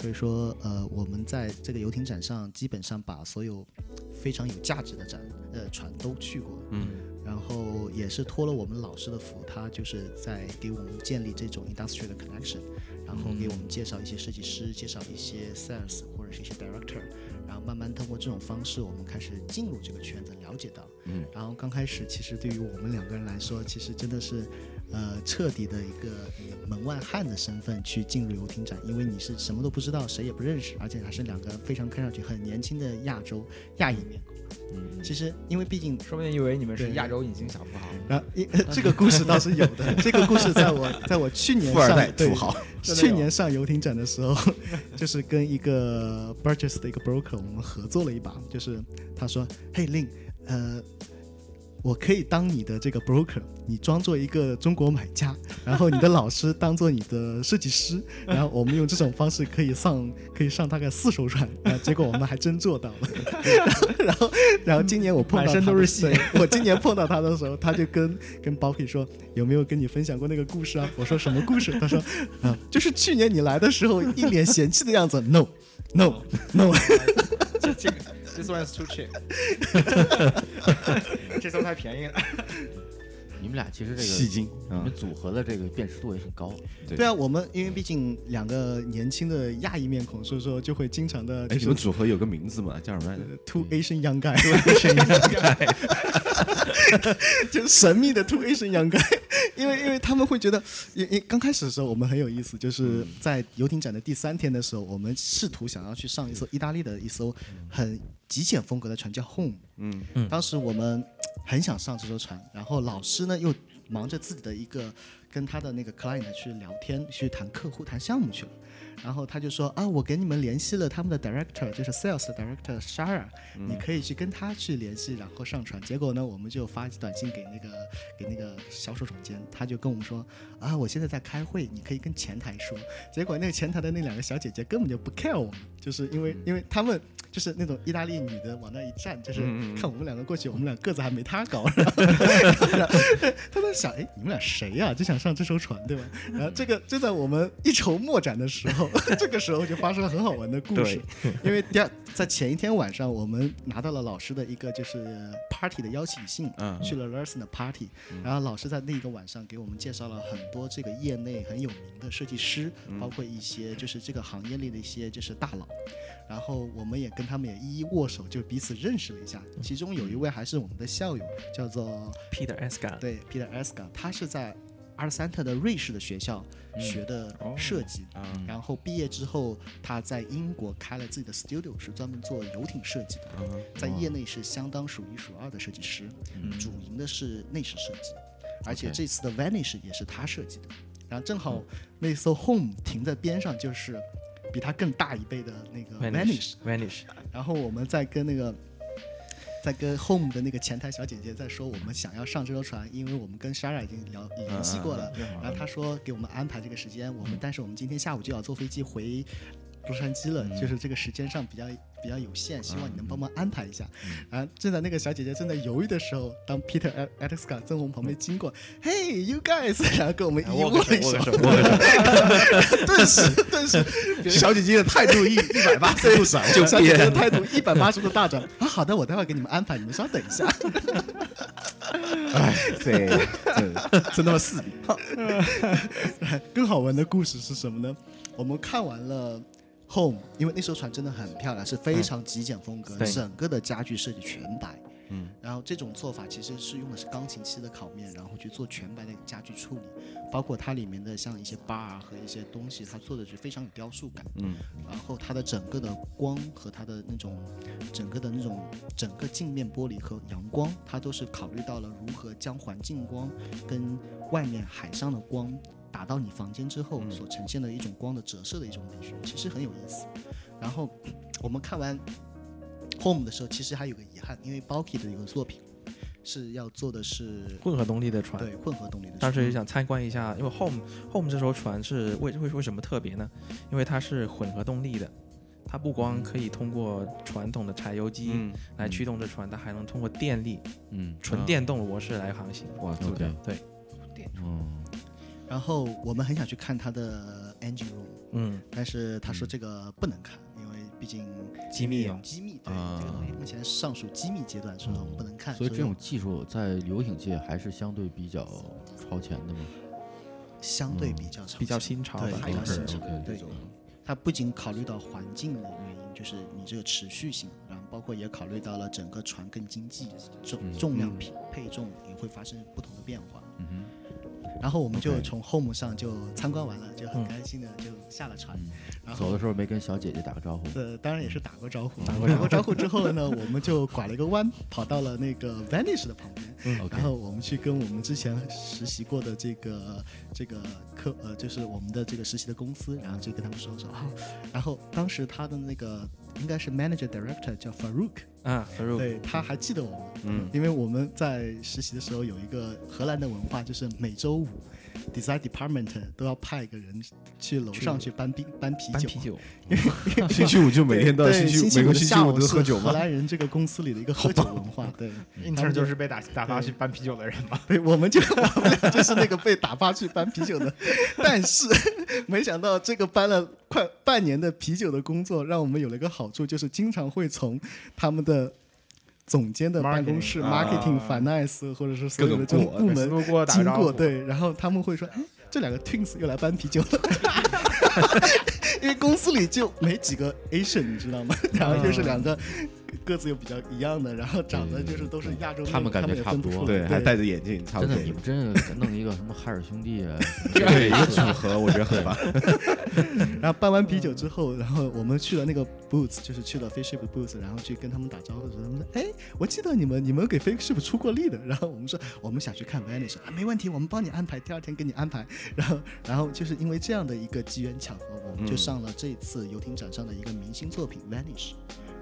F: 所以说，呃，我们在这个游艇展上，基本上把所有非常有价值的展，呃，船都去过。
G: 嗯，
F: 然后也是托了我们老师的福，他就是在给我们建立这种 industry 的 connection，然后
B: 嗯
F: 给我们介绍一些设计师，介绍一些 sales 或者是一些 director，然后慢慢通过这种方式，我们开始进入这个圈子，了解到。
B: 嗯。
F: 然后刚开始，其实对于我们两个人来说，其实真的是，呃，彻底的一个呃门外汉的身份去进入游艇展，因为你是什么都不知道，谁也不认识，而且还是两个非常看上去很年轻的亚洲亚裔面孔。
B: 嗯，
F: 其实，因为毕竟
D: 说不定以为你们是
F: 对
D: 亚洲隐形小富豪， [LAUGHS]
F: 然后一啊 [LAUGHS] 这个故事倒是有的，这个故事在我在我去年上对
C: 豪，
F: 去年上游艇展的时候， [LAUGHS] 就是跟一个 Burgess 的一个 broker 我们合作了一把，就是他说，嘿 Lin，呃。我可以当你的这个 broker，你装作一个中国买家， [LAUGHS] 然后你的老师当做你的设
D: [LAUGHS]
F: 计师，然后我们用这种方式可以上可以上大概四艘船，啊，结果我们还真做到了。
D: [LAUGHS]
F: 然后然后今年我碰到
D: 满身
F: 他
D: 都是血
F: 的对 [LAUGHS] 我今年碰到他的时候，他就跟跟 b o k y 说有没有跟你分享过那个故事啊？我说什么故事？他说啊、就是去年你来的时候一脸嫌弃的样子。No
D: [LAUGHS]
F: No No，
D: 这这个 this one's too cheap，这艘太便宜了，
B: 嗯你们俩其实这
E: 戏
B: 个
E: 精
B: 你
E: 啊
B: 们，组合的这个辨识度也很高。
F: 对啊，我们因为毕竟两个年轻的亚裔面孔，所以说就会经常的
E: 哎，
F: 就
E: 你
F: 是
E: 们组合有个名字嘛，叫什么来 [LAUGHS] 着？
F: two Asian young guy，就是 [LAUGHS] 神秘的 two Asian young guy，因 [LAUGHS] 为因为他们会觉得，因因刚开始的时候我们很有意思，就是在游艇展的第三天的时候，我们试图想要去上一艘意大利的一艘很极简风格的船，叫 Home。
E: 嗯，
F: 当时我们很想上这艘船，然后老师呢又忙着自己的一个跟他的那个 client 去聊天，去谈客户、谈项目去了。然后他就说啊，我给你们联系了他们的 director，就是 sales 的 director Shara，、你可以去跟他去联系，然后上传。结果呢，我们就发短信给那个给那个销售总监，他就跟我们说啊，我现在在开会，你可以跟前台说。结果那个前台的那两个小姐姐根本就不 care 我们，就是因为因为他们就是那种意大利女的往那一站，就是看我们两个过去，我们俩个子还没她高，然后 [LAUGHS] 然后他在想，哎，你们俩谁呀、就想上这艘船对吧？然后这个就在我们一筹莫展的时候， [LAUGHS] 这个时候就发生了很好玩的故事，因为第二在前一天晚上，我们拿到了老师的一个就是 party 的邀请信，
E: 嗯
F: 去了 Larson 的 party，然后老师在那个晚上给我们介绍了很多这个业内很有名的设计师，
E: 嗯
F: 包括一些就是这个行业里的一些就是大佬。然后我们也跟他们也一一握手，就彼此认识了一下。
E: 嗯
F: 其中有一位还是我们的校友，叫做
G: Peter Esca，
F: 对 Peter Eska，他是在阿尔三特的瑞士的学校学的设计，然后毕业之后他在英国开了自己的 studio，是专门做游艇设计的，在业内是相当数一数二的设计师，主营的是内饰设计，而且这次的 Vanish 也是他设计的。然后正好那艘 Home 停在边上，就是比他更大一倍的那个 Vanish，
G: Vanish，
F: 然后我们再跟那个，在跟 Home 的那个前台小姐姐在说，我们想要上这艘船，因为我们跟 Shara 已经聊联系过了。然后她说给我们安排这个时间，我们但是我们今天下午就要坐飞机回洛杉矶了，就是这个时间上比较比较有限，希望你能帮忙安排一下。然后正在那个小姐姐正在犹豫的时候，当 Peter a l e x a 正从旁边经过，Hey you guys，然 [LAUGHS] 后跟嗯哎我们一握了一手， [LAUGHS] 顿时顿时
C: 小姐姐的态度一一百八十度闪，
F: 就小姐姐 [LAUGHS] 的态度一百八十度大转啊！好的，我待会儿给你们安排，你们稍等一下。
C: 对，对
E: 真他妈势利。
F: [LAUGHS] 更好玩的故事是什么呢？我们看完了 Home，因为那艘船真的很漂亮，是非常极简风格，
G: 对
F: 整个的家具设计全白。
E: 嗯，
F: 然后这种做法其实是用的是钢琴漆的烤面，然后去做全白的家具处理，包括它里面的像一些吧啊和一些东西，它做的是非常有雕塑感。
E: 嗯，
F: 然后它的整个的光和它的那种整个的那种整个镜面玻璃和阳光，它都是考虑到了如何将环境光跟外面海上的光打到你房间之后
G: 嗯
F: 所呈现的一种光的折射的一种美学，其实很有意思。然后我们看完 Home 的时候，其实还有个遗憾，因为 Balky 的有个作品是要做的是
G: 混合动力的船。
F: 对混合动力的，
G: 当时也想参观一下，因为 Home Home 这艘船是为为为什么特别呢？因为它是混合动力的，它不
F: 嗯
G: 光可以通过传统的柴油机
E: 嗯，
G: 来驱动这船，它还能通过电力
B: 嗯
G: 纯
E: 啊
G: 电动模式来航行。
E: 哇，这么屌
B: ，OK，
G: 对，
B: 嗯，
F: 然后我们很想去看它的 Engine Room。
G: 嗯，
F: 但是他说这个不能看，因为毕竟
G: 机密
F: 有
G: 啊
F: 机密对、
E: 啊
F: 这个东西目前上属机密阶段，所以我们不能看。
B: 嗯所以这种技术在游艇界还是相对比较超前的嘛。
F: 相对比较长、
G: 比较新潮
F: 对
G: 吧，
F: 比较新潮
B: OK，OK，
F: 对。它不仅考虑到环境的原因，就是你这个持续性，然后包括也考虑到了整个船更经济，重重量匹配重也会发生不同的变化。
B: 嗯哼。
F: 然后我们就
B: OK
F: 从 home 上就参观完了，就很
G: 嗯
F: 开心的就下了船，然
B: 嗯
F: 后
B: 走的时候没跟小姐姐打个招呼。
F: 呃，当然也是打过招呼，
G: 打过招呼
F: 呼之后呢，我们就拐了一个弯，跑到了那个 Vanish 的旁边，
B: OK，
F: 然后我们去跟我们之前实习过的这个这个科呃，就是我们的这个实习的公司，然后就跟他们说说，哦然后当时他的那个应该是 manager director 叫 Farouk，
G: 啊，投入
F: 对他还记得我们，
G: 嗯
F: 因为我们在实习的时候有一个荷兰的文化，就是每周五 design department 都要派一个人去楼上去搬冰搬啤
G: 搬
F: 酒啊
G: 啤。酒，
E: 星期五就每天到
F: 对
E: 星
F: 星
E: 期五，每
F: 五
E: 个
F: 的
E: 星期
F: 下
E: 五
F: 午
E: 都
F: 是
E: 喝酒
F: 荷
E: 吗？
F: 兰人这个公司里的一个喝酒文化，对
D: intern 就是被打打发去搬啤酒的人嘛。
F: 对，我们就我们俩就是那个被打发去搬啤酒的，但是没想到这个搬了快半年的啤酒的工作，让我们有了一个好处，就是经常会从他们的。总监的办公室、
D: Marketing，啊
F: marketing、finance 或者是所有的这种
E: 各
F: 部
E: 种
D: 每次
F: 门
D: 路过打个
F: 经
D: 招
F: 过，
D: 呼，，
F: [LAUGHS] 对，然后他们会说，哎，这两个 twins 又来搬啤酒了，
D: [LAUGHS]
F: 因为公司里就没几个 Asian，你知道吗？
D: 嗯
F: 然后就是两个个子又比较一样的，然后长得就是都是亚洲面孔，
B: 他们感觉
F: 也
B: 差不
F: 分不
B: 多
F: 出来
E: 对，还戴着眼镜，差不
B: 真
E: 多
B: 的，。你们真的弄一个什么海尔兄弟啊？
E: [LAUGHS] 对，一个组合，我觉得 [LAUGHS] 很棒。
F: 然后搬完啤酒之后，然后我们去了那个 booth，就是去了 Fiship booth，然后去跟他们打招呼的时候，他们说：“哎，我记得你们，你们给 Fiship 出过力的。”然后我们说：“我们想去看 Vanish，啊，没问题，我们帮你安排，第二天给你安排。”然后，然后就是因为这样的一个机缘巧合，我们就上了这次游艇展上的一个明星作品 Vanish。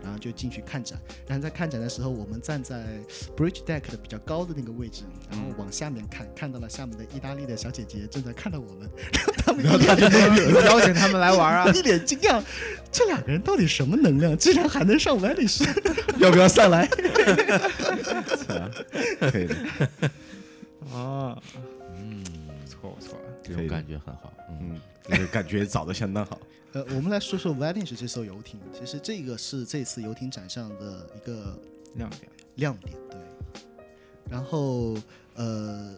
F: 然后就进去看展，然后在看展的时候，我们站在 bridge deck 的比较高的那个位置，然后往下面看，看到了下面的意大利的小姐姐正在看到我们， [LAUGHS] 他们一脸
D: 邀请他们来玩啊
F: [LAUGHS]，一脸惊讶，这两个人到底什么能量，竟然还能上万里市？要不要上
E: [LAUGHS]
F: 来？
E: 可以的，
D: 啊，
B: 嗯，
D: 不错不错。
B: 这种感觉很好。嗯，
E: 嗯，那个感觉找的相当好。
F: [LAUGHS] 呃，我们来说说 Vanish 这艘游艇，其实这个是这次游艇展上的一个
D: 亮点，
F: 亮点，对。然后，呃，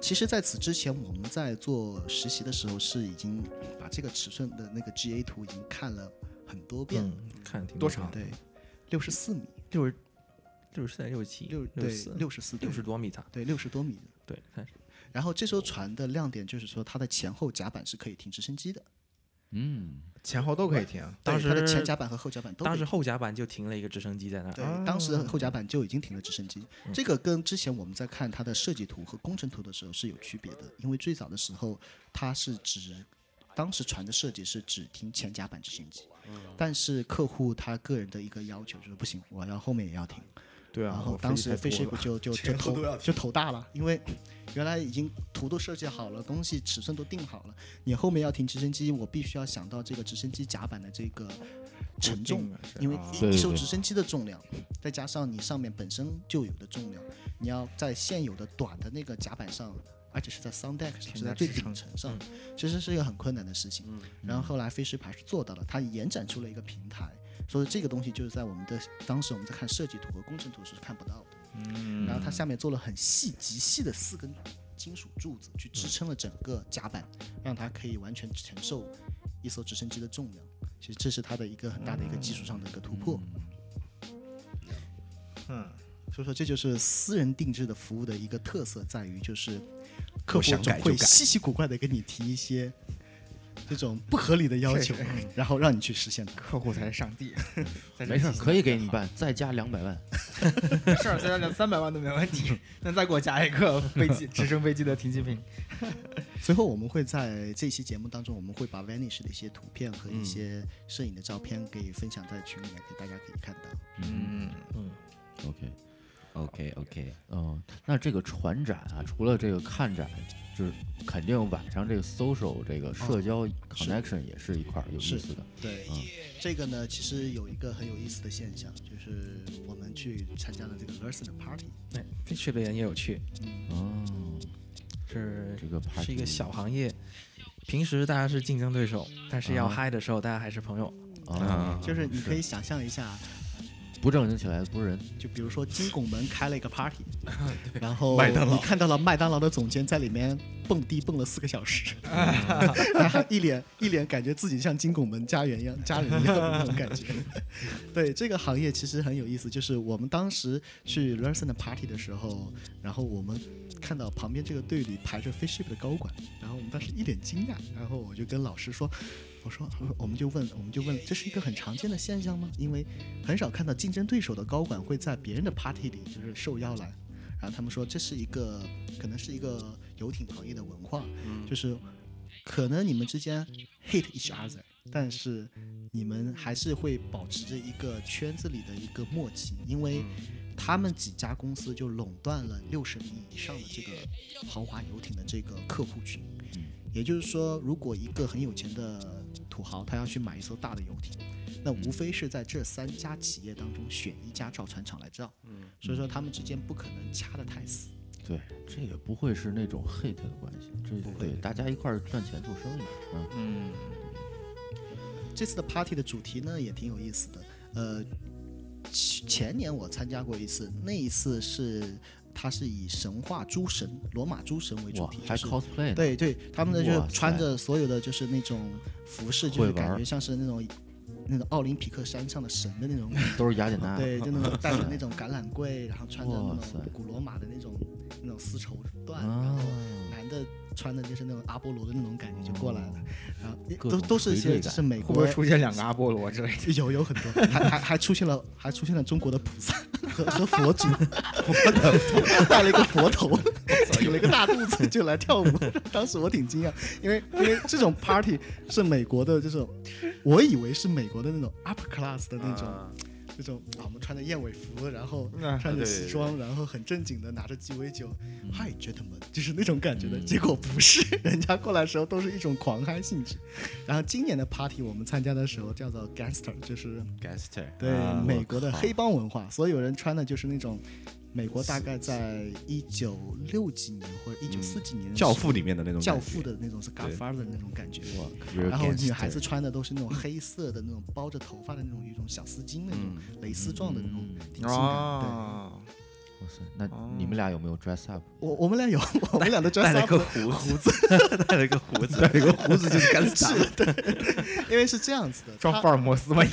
F: 其实在此之前，我们在做实习的时候是已经把这个尺寸的那个 GA 图已经看了很多遍了，
G: 嗯，看挺
D: 多长
F: 对，六十四米，
G: 六十六十四、六十七、
F: 六
G: 六
F: 对
G: 十四、
F: 六十四
G: 六十多米长，
F: 对六十多米的
G: 对，但是
F: 然后这艘船的亮点就是说，它的前后甲板是可以停直升机的，
B: 嗯，
D: 前后都可以停。
G: 当
F: 对它的
G: 时
F: 前甲板和后甲板都可以
G: 当时后哦甲板就停了一个直升机在那儿，
F: 对，当时的后甲板就已经停了直升机。
G: 嗯
F: 这个跟之前我们在看它的设计图和工程图的时候是有区别的，因为最早的时候它是只，当时船的设计是只停前甲板直升机，
G: 哦
F: 但是客户他个人的一个要求就是不行，我要后面也要停。
D: 对啊
F: 然后当时
D: 飞
F: 飞
D: 机太多
F: 师
D: 了
F: 傅
D: [LAUGHS]
F: 就就就
E: 全部都要
F: 头就头大了，因为原来已经图都设计好了，东西尺寸都定好了，你后面要停直升机，我必须要想到这个直升机甲板的这个沉重
D: 固定啊，是
F: 因为
D: 啊
B: 对
F: 一
B: 对
F: 一艘
B: 对
F: 直升机的重量，再加上你上面本身就有的重量，你要在现有的短的那个甲板上。而且是在 sun deck 上，
D: 添
F: 是
D: 加
F: 在最
D: 支
F: 顶嗯
D: 撑
F: 层上，其实是一个很困难的事情。然后后来飞石牌是做到了，它延展出了一个平台，所以这个东西就是在我们的当时我们在看设计图和工程图是看不到的。
D: 嗯
F: 然后它下面做了很细极细的四根金属柱子去支撑了整个甲板，让它可以完全承受一艘直升机的重量。其实这是它的一个很大的一个技术上的一个突破。
D: 嗯，
F: 所以说这就是私人定制的服务的一个特色，在于就是客
E: 我
F: 户
E: 想
F: 总
E: 改就
F: 会
E: 改
F: 稀奇古怪的跟你提一些这种不合理的要求，然后让你去实现它。
D: 客户才是上帝。在这
B: 没事儿，
D: 个
B: 可以给你办，再加两百万。
D: 没事儿，再加两三百万都没问题。那再给我加一个飞机直升飞机的停机坪。
F: 随后我们会在这期节目当中，我们会把 Vanish 的一些图片和一些摄影的照片给分享在群里面，给大家可以看到。
D: 嗯，
G: 嗯，
B: OK，
E: OK OK，
B: 哦，那这个船展啊，除了这个看展，就是肯定晚上这个 social 这个社交 connection 也是一块儿有意
F: 是
B: 思的。
F: 对，
B: 嗯
F: 这个呢，其实有一个很有意思的现象，就是我们去参加了这个 Larson 的 party，
G: 那这去的人也有趣，
B: 哦，
G: 是
B: 这个 party
G: 是一个小行业。平时大家是竞争对手，但是要
B: 啊
G: 嗨的时候，大家还是朋友。
B: 啊，
F: 就是你可以想象一下，
B: 不正经起来不是人。
F: 就比如说金拱门开了一个 party，然后你看到了麦当劳的总监在里面蹦迪蹦了四个小时，然后一脸一脸感觉自己像金拱门家园一样家人一样的那种感觉。对这个行业其实很有意思，就是我们当时去 l a r s o n 的 party 的时候，然后我们看到旁边这个队里排着 Fiship 的高管，然后我们当时一脸惊讶，然后我就跟老师说。我说，我们就问，我们就问，这是一个很常见的现象吗？因为很少看到竞争对手的高管会在别人的 party 里就是受邀来。然后他们说这是一个，可能是一个游艇行业的文化，就是可能你们之间 hate each other，但是你们还是会保持着一个圈子里的一个默契，因为他们几家公司就垄断了六十名以上的这个豪华游艇的这个客户群。也就是说，如果一个很有钱的土豪，他要去买一艘大的游艇，那无非是在这三家企业当中选一家造船厂来造。嗯，所以说他们之间不可能掐得太死。
B: 对，这也不会是那种 hate 的关系，这对大家一块儿赚钱做生意。嗯，
F: 这次的 party 的主题呢也挺有意思的，呃，其前年我参加过一次，那一次是它是以神话诸神、罗马诸神为主
B: 哇
F: 题，，
B: 还
F: 就是
B: cosplay 呢。
F: 对对，他们呢就
B: 哇
F: 是
B: 塞
F: 穿着所有的就是那种服饰，就
B: 会
F: 是
B: 玩
F: 感
B: 儿
F: 觉像是那种那种奥林匹克山上的神的那种感觉
B: 都是雅典娜。
F: [LAUGHS] 对，就那
B: [LAUGHS]
F: 种带着那种橄榄棍，然后穿着
B: 哇
F: 那
B: 塞
F: 种古罗马的那种那种丝绸缎，然
B: 啊
F: 后，男的穿的就是那种阿波罗的那种感觉就过来了，然后
B: 哦各
F: 都
B: 种
F: 都是一
B: 垂
F: 些
B: 坠
F: 就
B: 感
F: 是美
D: 会不
F: 国
D: 会出现两个阿波罗之类的？
F: 有有很多，还还还出现了还出现了中国的菩萨 [LAUGHS] 和和佛
B: [LAUGHS]
F: 祖， [LAUGHS] 带了一个佛头，挺了个大肚子就来跳舞。 [LAUGHS] 当时我挺惊讶，因为因为这种 party 是美国的这种，我以为是美国的那种 upper class 的那种。那种啊，我们穿着燕尾服，然后
D: 啊
F: 穿着西装，然后很正经的拿着鸡尾酒，Hi gentlemen，就是那种感觉的。结果不是，人家过来的时候都是一种狂嗨性质。然后今年的 party 我们参加的时候叫做 gangster，就是
E: ，Gangster，
F: 对、
E: 啊
F: 美国的黑帮文化，所有人穿的就是那种美国大概在一九六几年或者一九四几年的时候
E: 教父里面的那种
F: 教
E: 感觉
F: 父的那种是 Godfather 的那种感觉。
E: Real
F: 然后女
E: gangster
F: 孩子穿的都是那种黑色的那种包着头发的那种一种小丝巾的那种
E: 嗯
F: 蕾丝状的那种，挺性感的。对
E: 啊
D: 哦，
B: 哇塞，那
F: 哦
B: 你们俩有没有 dress up？
F: 我我们俩有， [LAUGHS] 我们俩的 dress
E: 戴了
F: up
E: 个胡胡子， [LAUGHS] 戴了个胡子， [LAUGHS] 戴了个胡子就
F: [LAUGHS]
E: 是 Gangster，
F: 因为是这样子的，
D: 装
F: 他
D: 福尔摩斯吗？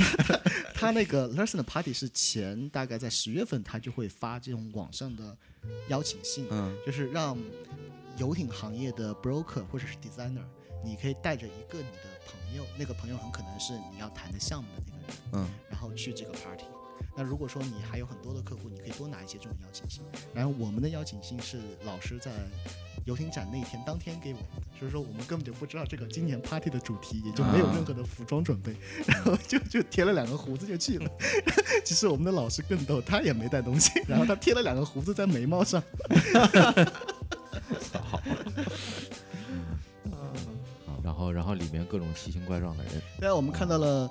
F: 他那个 Larson 的 party 是前大概在十月份，他就会发这种网上的邀请信，
E: 嗯
F: 就是让游艇行业的 broker 或者是 designer，你可以带着一个你的朋友，那个朋友很可能是你要谈的项目的那个人，
E: 嗯，
F: 然后去这个 party。那如果说你还有很多的客户，你可以多拿一些这种邀请信。然后我们的邀请信是老师在游艇展那天当天给我们的，所以说我们根本就不知道这个今年 party 的主题，也就没有任何的服装准备，然后就就贴了两个胡子就去了。 [LAUGHS] 其实我们的老师更逗，他也没带东西，然后他贴了两个胡子在眉毛上。
B: 然后，然后里面各种奇形怪状的人，
F: 啊对啊，我们看到了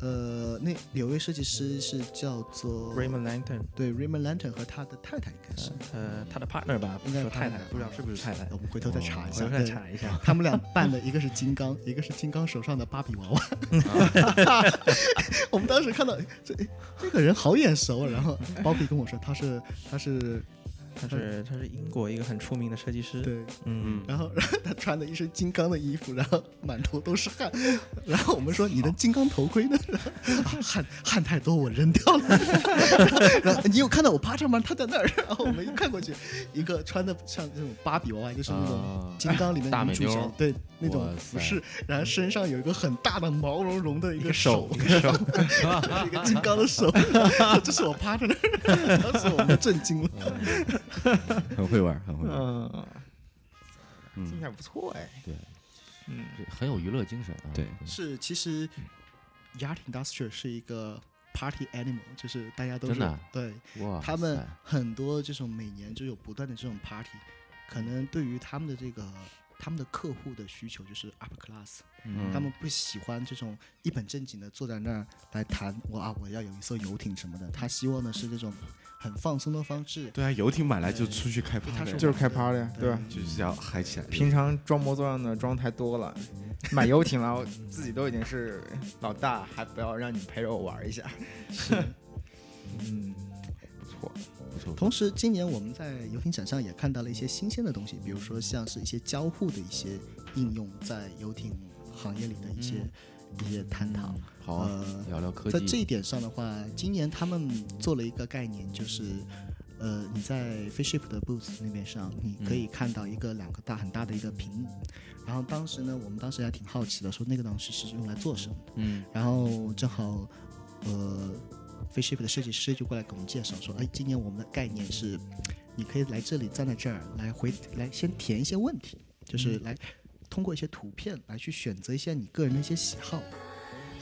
F: 呃，那有位设计师是叫做
G: Raymond Lantern，
F: 对 Raymond Lantern 和他的太太应该是，
G: 呃，他的 partner 吧，不
F: 应该
G: 说
F: 是
G: 太
F: partner
G: 太，不知道是不是太太，
F: 我们回头再查一
G: 哦我
F: 下。
G: 再
F: 对，
G: 查一
F: [LAUGHS]
G: 下。
F: 他们俩扮的一个是金刚， [LAUGHS] 一个是金刚手上的芭比娃娃。
G: [LAUGHS]
F: 我们当时看到这这个人好眼熟，啊然后包比跟我说他是他是
G: 他是他是英国一个很出名的设计师，
F: 对，
G: 嗯，
F: 然后他穿的一身金刚的衣服，然后满头都是汗，然后我们说你的金刚头盔呢？ [LAUGHS] 然后啊汗汗太多，我扔掉了。 [LAUGHS] 然后你有看到我巴掌吗？他在那儿， [LAUGHS] 然后我们一看过去，一个穿的像这种芭比娃娃，就是那种
B: 啊
F: 金刚里面
B: 大
F: 女
B: 美
F: 主
B: 妞
F: 角
B: 儿
F: 对那种
B: 哇
F: 服
B: 塞
F: 饰，然后身上有一个很大的毛茸茸的一个手，
G: 一个手，
F: 是一个金刚的手， [LAUGHS] 这是我趴着的， [LAUGHS] 当时我们震惊了。
E: 很会玩，很会玩。
D: 嗯，听
B: 嗯
D: 起，来不错哎。
B: 对，
D: 嗯，
B: 这很有娱乐精神啊。
E: 对
F: 是，其实 Yacht Industry 是一个 party animal，就是大家都是
B: 真的啊
F: 对
B: 哇塞，
F: 他们很多这种每年就有不断的这种 party，可能对于他们的这个他们的客户的需求就是 upper class，、
B: 嗯
F: 他们不喜欢这种一本正经的坐在那儿来谈我啊我要有一艘游艇什么的，他希望的是这种很放松的方式。
E: 对啊，游艇买来就出去开
F: 就他
E: party，
F: 是啊
E: 就
D: 就是开 party，对吧
E: 就是要嗨起来。
D: 平常装模作样的装太多 [LAUGHS] 了，买游艇了，我自己都已经是老大，还不要让你陪着我玩一下。是， [LAUGHS] 嗯，不错。
F: 同时，今年我们在游艇展上也看到了一些新鲜的东西，比如说像是一些交互的一些应用，在游艇行业里的一些、一些探讨。
B: 嗯好啊，
F: 呃，
B: 聊聊科
F: 在这
B: 技。
F: 一点上的话，今年他们做了一个概念，就是，呃，你在 Fishship 的 booth 那边上，你可
B: 嗯
F: 以看到一个两个大很大的一个屏幕。然后当时呢，我们当时还挺好奇的，说那个东西是用来做什么的。
B: 嗯，
F: 然后正好，呃，Fishship 的设计师就过来给我们介绍说，哎，今年我们的概念是，你可以来这里站在这儿来回来先填一些问题，
B: 嗯
F: 就是来通过一些图片来去选择一些你个人的一些喜好。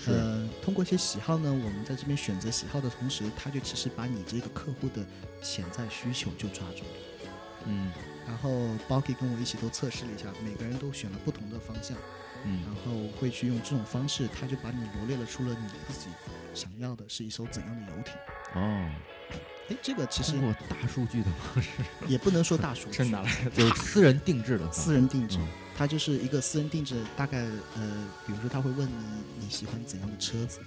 F: 呃，通过一些喜好呢，我们在这边选择喜好的同时，他就其实把你这个客户的潜在需求就抓住了。
B: 嗯
F: 然后 b o k y 跟我一起都测试了一下，每个人都选了不同的方向。然
B: 嗯，
F: 后会去用这种方式，他就把你罗列了出了你自己想要的是一艘怎样的游艇。
B: 哦，
F: 哎，这个其
B: 通
F: 实
B: 过啊大数据的方式，
F: 也不能说大数据，
D: 真拿来
B: 就是私人定制的方式，
F: 私人定制
B: 嗯，
F: 它就是一个私人定制，大概呃，比如说他会问你你喜欢怎样的车子，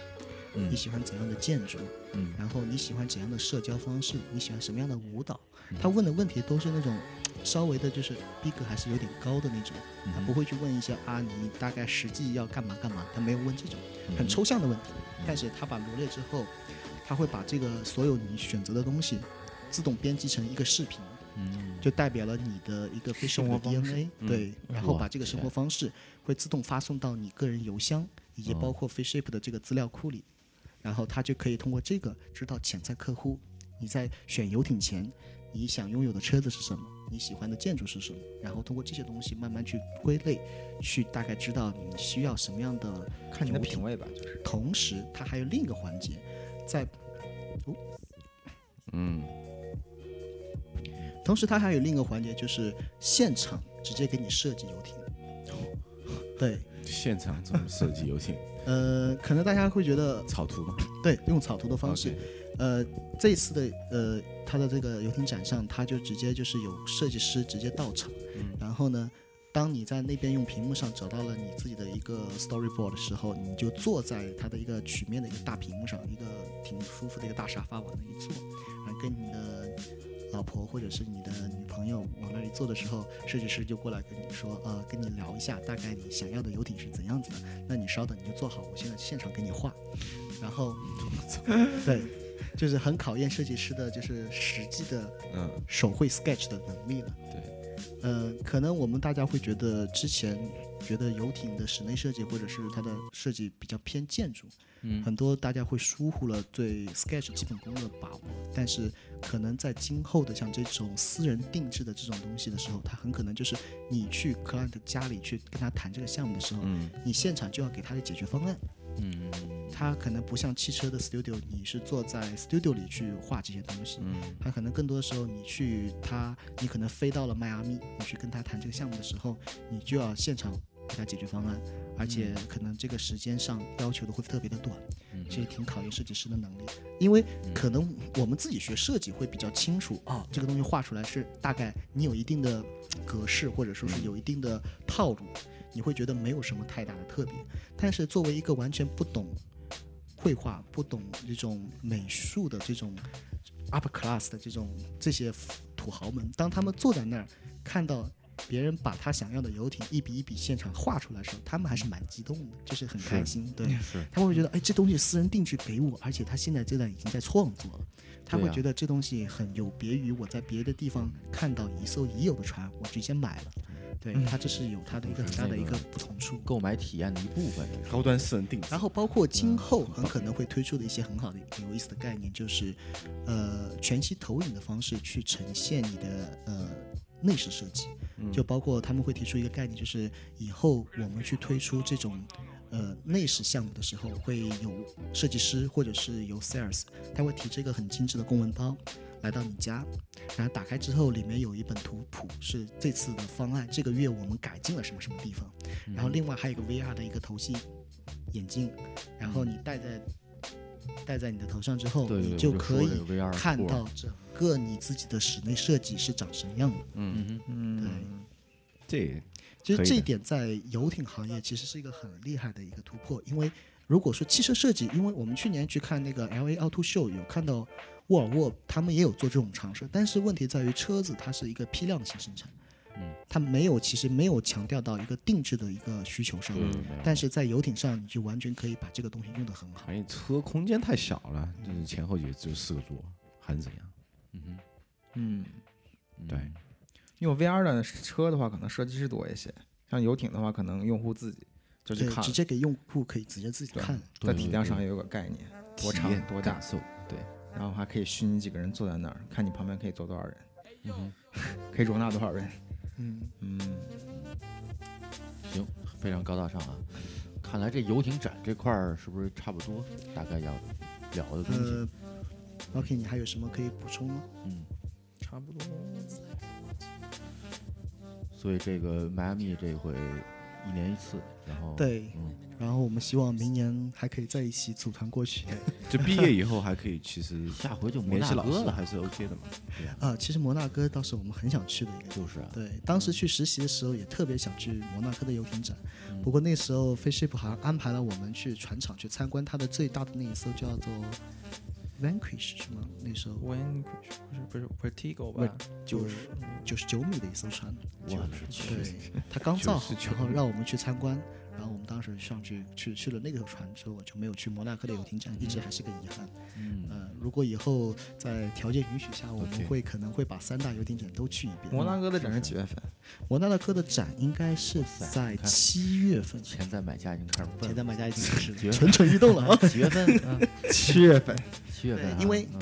B: 嗯
F: 你喜欢怎样的建筑，
B: 嗯
F: 然后你喜欢怎样的社交方式，你喜欢什么样的舞蹈
B: 嗯，
F: 他问的问题都是那种稍微的就是逼格还是有点高的那种，
B: 嗯
F: 他不会去问一些啊你大概实际要干嘛干嘛，他没有问这种。
B: 嗯
F: 很抽象的问题
B: 嗯，
F: 但是他把罗列之后，他会把这个所有你选择的东西自动编辑成一个视频，
B: 嗯，
F: 就代表了你的一个非生活 DNA，对，然后
B: 哇
F: 把这个生
B: 天
F: 活方式会自动发送到你个人邮箱，以及包括 Fiship 的这个资料库里，然后他就可以通过这个知道潜在客户你在选游艇前你想拥有的车子是什么，你喜欢的建筑是什么，然后通过这些东西慢慢去归类，去大概知道你需要什么样的
D: [LAUGHS] 看你的
F: 游艇
D: 品味吧，就是
F: 同时，它还有另一个环节，在哦
E: 嗯，
F: 同时它还有另一个环节就是现场直接给你设计游艇。
E: 哦
F: 对，
E: 现场怎么设计游艇？
F: 呃，可能大家会觉得
E: 草图嘛，
F: 对，用草图的方式
E: OK
F: 呃，这次的呃，它的这个游艇展上，它就直接就是有设计师直接到场，然后呢，当你在那边用屏幕上找到了你自己的一个 storyboard 的时候，你就坐在它的一个曲面的一个大屏幕上，一个挺舒服的一个大沙发往那一坐，然后跟你的老婆或者是你的女朋友往那里坐的时候，设计师就过来跟你说，呃，跟你聊一下大概你想要的游艇是怎样子的，那你稍等，你就坐好，我现在现场给你画，然后， [LAUGHS] 对。就是很考验设计师的，就是实际的
E: 嗯，
F: 手绘 Sketch 的能力了。
E: 对，
F: 呃，可能我们大家会觉得之前觉得游艇的室内设计或者是它的设计比较偏建筑，
B: 嗯
F: 很多大家会疏忽了对 Sketch 基本功的把握。但是可能在今后的像这种私人定制的这种东西的时候，它很可能就是你去 client 家里去跟他谈这个项目的时候，
E: 嗯
F: 你现场就要给他的解决方案。
B: 嗯
F: 它可能不像汽车的 studio，你是坐在 studio 里去画这些东西，
E: 嗯
F: 它可能更多的时候，你去它，你可能飞到了迈阿密，你去跟他谈这个项目的时候，你就要现场给他解决方案，而且可能这个时间上要求的会特别的短，
B: 嗯
F: 这也挺考验设计师的能力。因为
B: 嗯
F: 可能我们自己学设计会比较清楚啊，这个东西画出来是大概你有一定的格式，或者说是有一定的套路，你会觉得没有什么太大的特别。但是作为一个完全不懂绘画、不懂这种美术的这种 upper class 的这种这些土豪们，当他们坐在那儿看到别人把他想要的游艇一笔一笔现场画出来的时候，他们还是蛮激动的，就是很开心。对，
B: 是
F: 他们会觉得，哎，这东西私人定制给我，而且他现在这段已经在创作了，他
B: 对
F: 会
B: 啊
F: 觉得这东西很有别于我在别的地方看到一艘已有的船，我直接买了。对，他这是有他的一个很大的一个不嗯同处。
B: 购买体验的一部分，这是
E: 高端私人定制
F: 然，后包括今后很可能会推出的一些很好的、有意思的概念，就是，呃，全息投影的方式去呈现你的呃内饰设计，就包括他们会提出一个概念，就是以后我们去推出这种。呃，内饰项目的时候会有设计师或者是有 sales，他会提这个很精致的公文包来到你家，然后打开之后里面有一本图谱，是这次的方案，这个月我们改进了什么什么地方，
B: 嗯
F: 然后另外还有一个 VR 的一个头系眼镜，然后你戴在戴在你的头上之后，
B: 对对对
F: 你
B: 我就
F: 可
B: 说
F: 以
B: 这个 VR
F: 看
B: 裤儿
F: 到整个你自己的室内设计是长什么样的。
B: 嗯哼，
F: 对，
E: 这
F: 其实
E: 可以
F: 这一
E: 的
F: 点在游艇行业其实是一个很厉害的一个突破，因为如果说汽车设计，因为我们去年去看那个 L A Auto Show 有看到沃尔沃他们也有做这种尝试，但是问题在于车子它是一个批量型生产。
B: 嗯，
F: 它没有，其实没有强调到一个定制的一个需求上，
B: 对，没有
F: 但是在游艇上，你就完全可以把这个东西用得很好。
E: 行业车空间太小了，就是前后也只有四个座，还能怎样？
B: 嗯哼
D: 嗯，
B: 嗯
E: 对
D: 因为 VR 的车的话，可能设计师多一些，像游艇的话，可能用户自己就去
F: 对，
D: 看
F: 直
D: 了，
F: 接给用户可以直接自己
D: 对
F: 看了。
D: 在
B: 对
D: 体
B: 对
D: 量
B: 对
D: 上也有个概念，多
E: 体
D: 长
E: 验
D: 多大
E: 感，受，对，
D: 然后还可以虚拟几个人坐在那儿，看你旁边可以坐多少人，
B: 嗯哼
D: [LAUGHS] 可以容纳多少人。
F: 嗯，
D: 嗯，
B: 行，非常高大上啊！看来这游艇展这块儿是不是差不多？大概要聊的东西，
F: 呃，OK，你还有什么可以补充吗？
B: 嗯，
G: 差不多。
B: 所以这个迈阿密这回一年一次，然后，
F: 对，
B: 嗯，
F: 然后我们希望明年还可以在一起组团过去。
E: 就毕业以后还可以，其实
B: 下回就摩
E: 联
B: 纳
E: 系老
B: 哥
E: 师
B: 了，
E: 还是 OK 的嘛。
F: 啊，其实摩纳哥倒是我们很想去的一个地方。
B: 就是啊，
F: 对，当时去实习的时候也特别想去摩纳哥的游艇展，不过那时候飞 ship 好像安排了我们去船厂去参观它的最大的那一艘叫做 Vanquish 是吗？那时候
G: When 不是不是 Vertigo 吧？
F: 就是九十九米的一艘船，
B: 我
F: 对，它刚造好，
E: 99
F: 然后让我们去参观，然后我们当时上去去去了那个船之后，我就没有去摩纳哥的游艇展，一直还是个遗憾。
B: 嗯，
F: 呃，如果以后在条件允许下，我们
E: OK
F: 会可能会把三大游艇展都去一遍。
D: 摩纳哥的展是几月份？
F: 摩纳哥的展应该是在七月份，
B: 钱在买家已经开始
F: 前
B: 问了，
F: 在买家已经开始
B: 绝
F: 蠢蠢欲动了啊！
B: 几月份？嗯，
D: 七月份。
B: [LAUGHS] 七月份啊，
F: 对因为
B: 嗯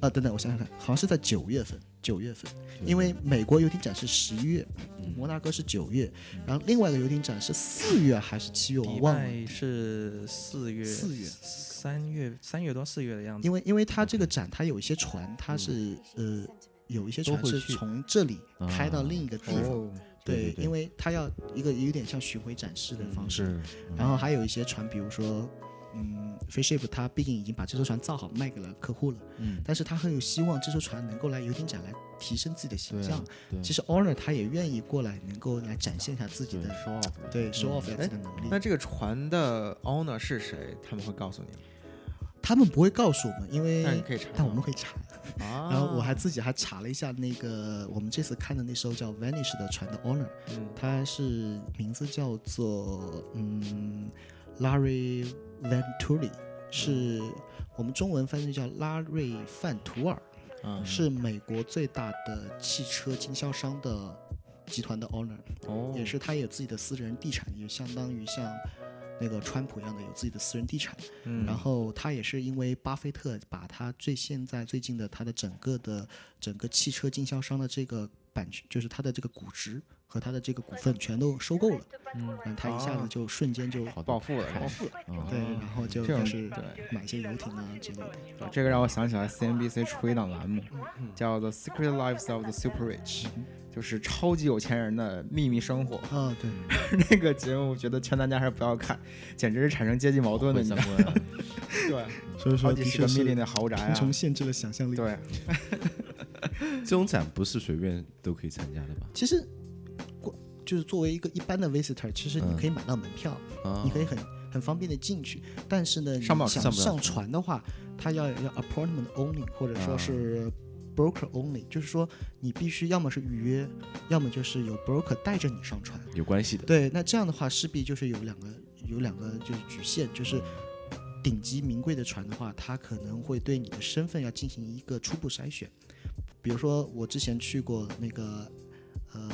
F: 啊，等等，我想想看，好像是在九月份，九月份，
B: 九
F: 因
B: 月
F: 为美国游艇展是十一月，
B: 嗯
F: 摩纳哥是九月，然后另外一个游艇展是四月还是七月，我
G: 迪
F: 忘了。
G: 拜是四月，
F: 四月
G: 三月三月多四月的样子。
F: 因为因为它这个展，它有一些船，它是呃有一些船
B: 嗯都会
F: 是
B: 去
F: 从这里开到
B: 啊
F: 另一个地方，
D: 哦，
B: 对对对嗯
F: 因为它要一个有点像巡回展示的方式。
B: 是，
F: 然后还有一些船，比如说，嗯 f i s h i p 它毕竟已经把这艘船造好卖给了客户了，
B: 嗯，
F: 但是它很有希望这艘船能够来游艇展来提升自己的形
B: 对
F: 象
B: 啊。，对，
F: 其实 Honor 他也愿意过来，能够来展现一下自己
B: 对
F: 的
B: show off，
F: 对 show off 一下自己的能
D: 那
F: 力。
D: 这个船的 owner 是谁？他们会告诉你吗？
F: 他们不会告诉我们，因
D: 但是
F: 为
D: 可以查到。
F: 哎但我们会查。
D: 啊，
F: 然后我还自己还查了一下那个我们这次看的那艘叫 Vanish 的船的 Honor，
D: 嗯
F: 它是名字叫做嗯 Larry Venturi，是我们中文翻译叫拉瑞范图尔，
D: 嗯
F: 是美国最大的汽车经销商的集团的 owner，
D: 哦
F: 也是他有自己的私人地产，也相当于像那个川普一样的有自己的私人地产。
D: 嗯
F: 然后他也是因为巴菲特把他最现在最近的他的整个的整个汽车经销商的这个版权，就是他的这个估值和他的这个股份全都收购了，
B: 嗯，
F: 然后他一下子就瞬间就
B: 好的
D: 暴富了，
B: 暴
D: 富了。
B: 嗯
F: 对，然后就
D: 这种
F: 就是
D: 对
F: 买一些游艇啊之类的。。
D: 这个让我想起来 CNBC 出一档栏目，叫做《Secret Lives of the Super Rich》，就是超级有钱人的秘密生活 [LAUGHS]
F: 啊，对，
D: 那个节目，我觉得劝大家还是不要看，简直是产生阶级矛盾的，
B: 毁
D: 你知
B: 三
D: 道吗？
B: 观啊。
D: 对，
F: 所
D: 好
F: 以说的
D: 几十个
F: 确
D: m
F: 是
D: i l 的豪宅
F: 贫
D: 啊
F: 穷，限制了想象力。
D: 对，
E: 这种展不是随便都可以参加的吧？
F: 其实过就是作为一个一般的 visitor，其实你
E: 嗯
F: 可以买到门票，
E: 啊，
F: 你可以很很方便的进去，但是呢，你
D: 上不了
F: 想
E: 上不了
F: 上船的话，它要要 appointment only，或者说
E: 啊
F: 是 broker only，、就是说你必须要么是预约，要么就是有 broker 带着你上船。
E: 有关系的。
F: 对，那这样的话势必就是有两个有两个就是局限，就是顶级名贵的船的话，它可能会对你的身份要进行一个初步筛选。比如说我之前去过那个呃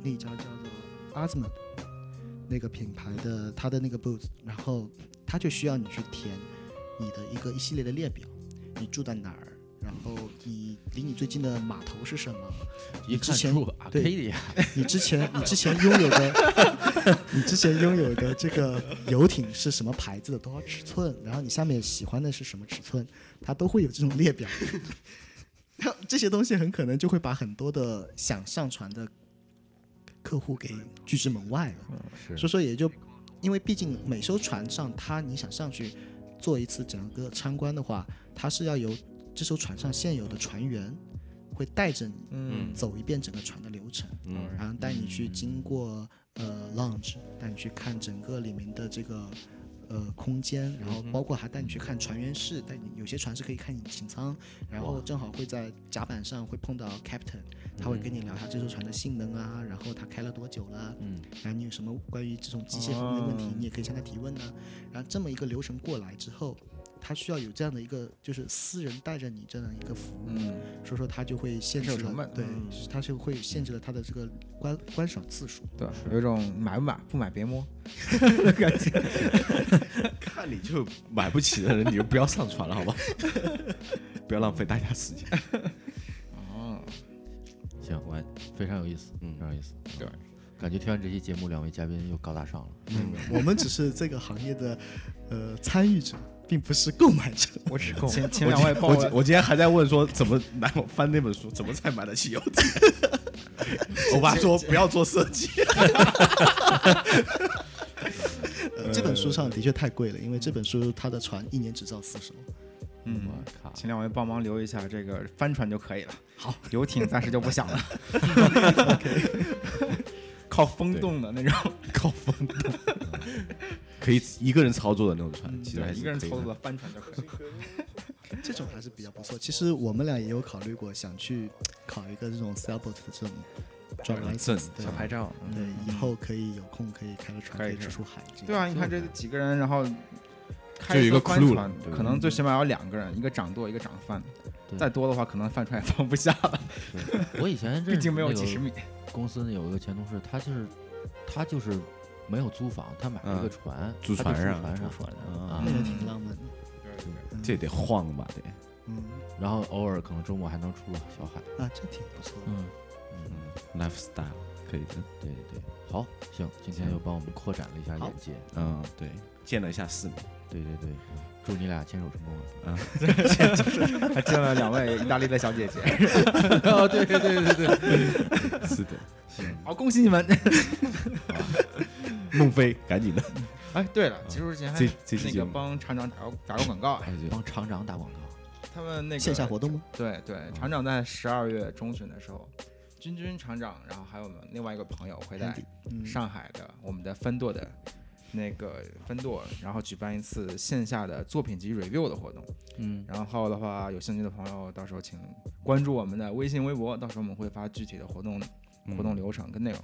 F: 那一家叫做 Asman 那个品牌的它的那个 booth，然后它就需要你去填你的一个一系列的列表，你住在哪儿。然后你离你最近的码头是什么？
B: 一
F: 你之
B: 看
F: 前
B: 出啊，可
F: 对
B: 以呀，
F: 你之前你之前拥有的， [LAUGHS] 你之前拥有的这个游艇是什么牌子的，多少尺寸，然后你下面喜欢的是什么尺寸，它都会有这种列表。 [LAUGHS] 然后这些东西很可能就会把很多的想上船的客户给拒之门外了。
B: 是
F: 所以说也就，因为毕竟每艘船上它你想上去做一次整个参观的话，它是要由这艘船上现有的船员会带着你
D: 嗯，
F: 走一遍整个船的流程。
E: 嗯，
F: 然后带你去经过呃 lounge，带你去看整个里面的这个呃空间，
E: 嗯
F: 然后包括还带你去看船员室，带你有些船是可以看引擎舱，然后正好会在甲板上会碰到 captain，他会跟你聊一下这艘船的性能啊，然后他开了多久了，
E: 嗯，哦
F: 然后你有什么关于这种机械方面的问题，你也可以向他提问呢、然后这么一个流程过来之后。他需要有这样的一个，就是私人带着你这样一个服务，
D: 嗯，
F: 所以说它就会限
D: 是有
F: 制
D: 成
F: 了
D: 本，的
F: 对
D: 嗯，
F: 它就会限制了它的这个观观赏次数。
D: 对，有一种买不买不买别摸的感觉。
E: 看你就买不起的人，你就不要上船了，好 [LAUGHS] 吧？不要浪费大家时间。
D: 哦，
B: 行，
E: 我
B: 非常有意思，
E: 嗯
B: 非常有意思。
D: 对，
B: 感觉听完这期节目，两位嘉宾又高大上了。
F: 我们只是这个行业的呃参与者，并不是购买 [LAUGHS] 者。
D: 我只够。请请
E: 我
D: 两位
E: 今
D: 帮
E: 我
D: 我
E: 今我今天还在问说怎么买我翻那本书，怎么才买得起游艇？我爸说不要做设计，
F: 呃这本书上的确太贵了，因为这本书它的船一年只造四艘。
D: 嗯，
B: 我靠，
D: 请两位帮忙留一下这个帆船就可以了。好，游艇暂时就不想 [LAUGHS] 了。 [LAUGHS] 靠风洞的那种，
E: 靠风洞，可以一个人操作的那种船，其实还是
D: 一个人
E: 可以
D: 操
E: 的
D: 作的帆船就可以。
F: 这种还是比较不错。其实我们俩也有考虑过，想去考一个这种 sailboat 的这种 driver
E: 证
F: license，对
G: 小牌照，嗯
F: 对，以后可以有空可以开个船，
D: 可
F: 可
D: 以
F: 以
D: 可以
F: 出出海。这样
D: 对啊，你看这几个人，然后开
E: 就有一个
D: 艘帆
E: crew
D: 船
E: 了对
D: 可能最起码有两个人，一个掌舵，一个掌帆。
B: 对
D: 再多的话，可能帆船也放不下了，
B: 我以前认识
D: 毕竟没有
B: 那个
D: 几十米。
B: 公司有一个前同事，他就是他就是没有租房，他买了一个
E: 嗯
B: 船，
E: 租
B: 他
E: 船
B: 就住
E: 上
B: 船上
E: 住船上
B: 啊
F: 那，个挺浪漫的。
E: 这得晃吧，得。
F: 嗯
B: 然后偶尔可能周末还能出小海。
F: 啊，这挺不错的。
B: 嗯，
E: 嗯，lifestyle 可以的，
B: 对对，好，行，今天又帮我们扩展了一下
F: 好
B: 眼界。
E: 嗯，对，见了一下世面，
B: 对对对，祝你俩牵手成功啊！
D: 还见了两 [LAUGHS] 位意大利的小姐姐，哦
B: 啊，对对对对对，
E: 是的，
D: 好，恭喜你们！
E: [LAUGHS] 孟非，赶紧的，
D: 哎，对了，结束之前还
E: 这这期
D: 那
E: 节
D: 个
E: 目
D: 帮厂长打个打个广告，哎
E: 还是
B: 帮厂长打广告，
D: 他们那个
F: 线下活动吗？
D: 对对，厂长在十二月中旬的时候，君君厂长，然后还有我们另外一个朋友会在
F: Andy 嗯，
D: 上海的我们的分舵的那个分舵，然后举办一次线下的作品集 review 的活动。
B: 嗯，
D: 然后的话，有兴趣的朋友到时候请关注我们的微信、微博，到时候我们会发具体的活动活动流程跟内容。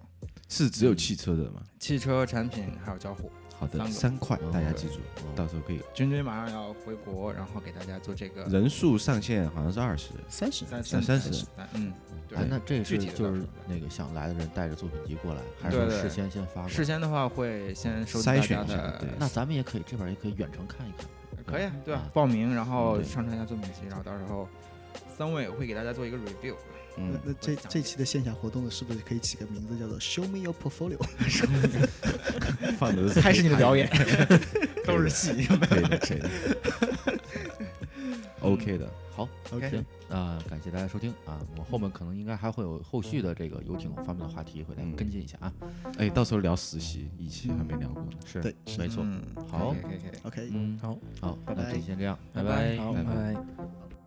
E: 是只有汽车的吗？
D: 汽车产品还有交互，
E: 好的，
D: 三
E: 三块，大家记住，
B: 哦
E: 到时候可以，
D: 君君马上要回国，然后给大家做这个
E: 人数上限好像是二十，
F: 三十
D: 三
E: 三三十，
D: 嗯，对
B: 哎，那这
D: 具
B: 是
D: 体的
B: 就
D: 到时
B: 是
D: 候
B: 那个想来的人带着作品集过来，还是
D: 对
B: 说
D: 对
B: 事先先发过来？
D: 事先的话会先收集
E: 筛
D: 大
E: 选
D: 家
E: 一下
D: 的
E: 对
B: 那咱们也可以这边也可以远程看一看。
D: 可以啊，对啊
B: 嗯，
D: 报名，然后
B: 对
D: 上传一下作品集，然后到时候三位会给大家做一个 review。
E: 嗯
F: 那，那这这期的线下活动呢，是不是可以起个名字叫做 “Show Me Your Portfolio”？
E: 放
B: 呃
E: 的是
D: [LAUGHS] 开始你的表演，
E: 都是戏，可以的，可以的， OK 的，
B: 好，
D: OK
B: 行，那感谢大家收听啊，我后面可能应该还会有后续的这个游艇方面的话题，会再
E: 嗯
B: 跟进一下啊。
E: 哎，到时候聊实习，一期还没聊过呢。
B: 是
F: [LAUGHS] 对，
B: 没错。
D: 嗯
B: 好
D: 可以可以可以。
F: OK，
B: 嗯，
G: 好，
B: 好，那
F: 拜拜
B: 这期先这样，拜
G: 拜，
B: 拜。
G: 好，
E: 拜
G: 拜
E: 拜
G: 拜。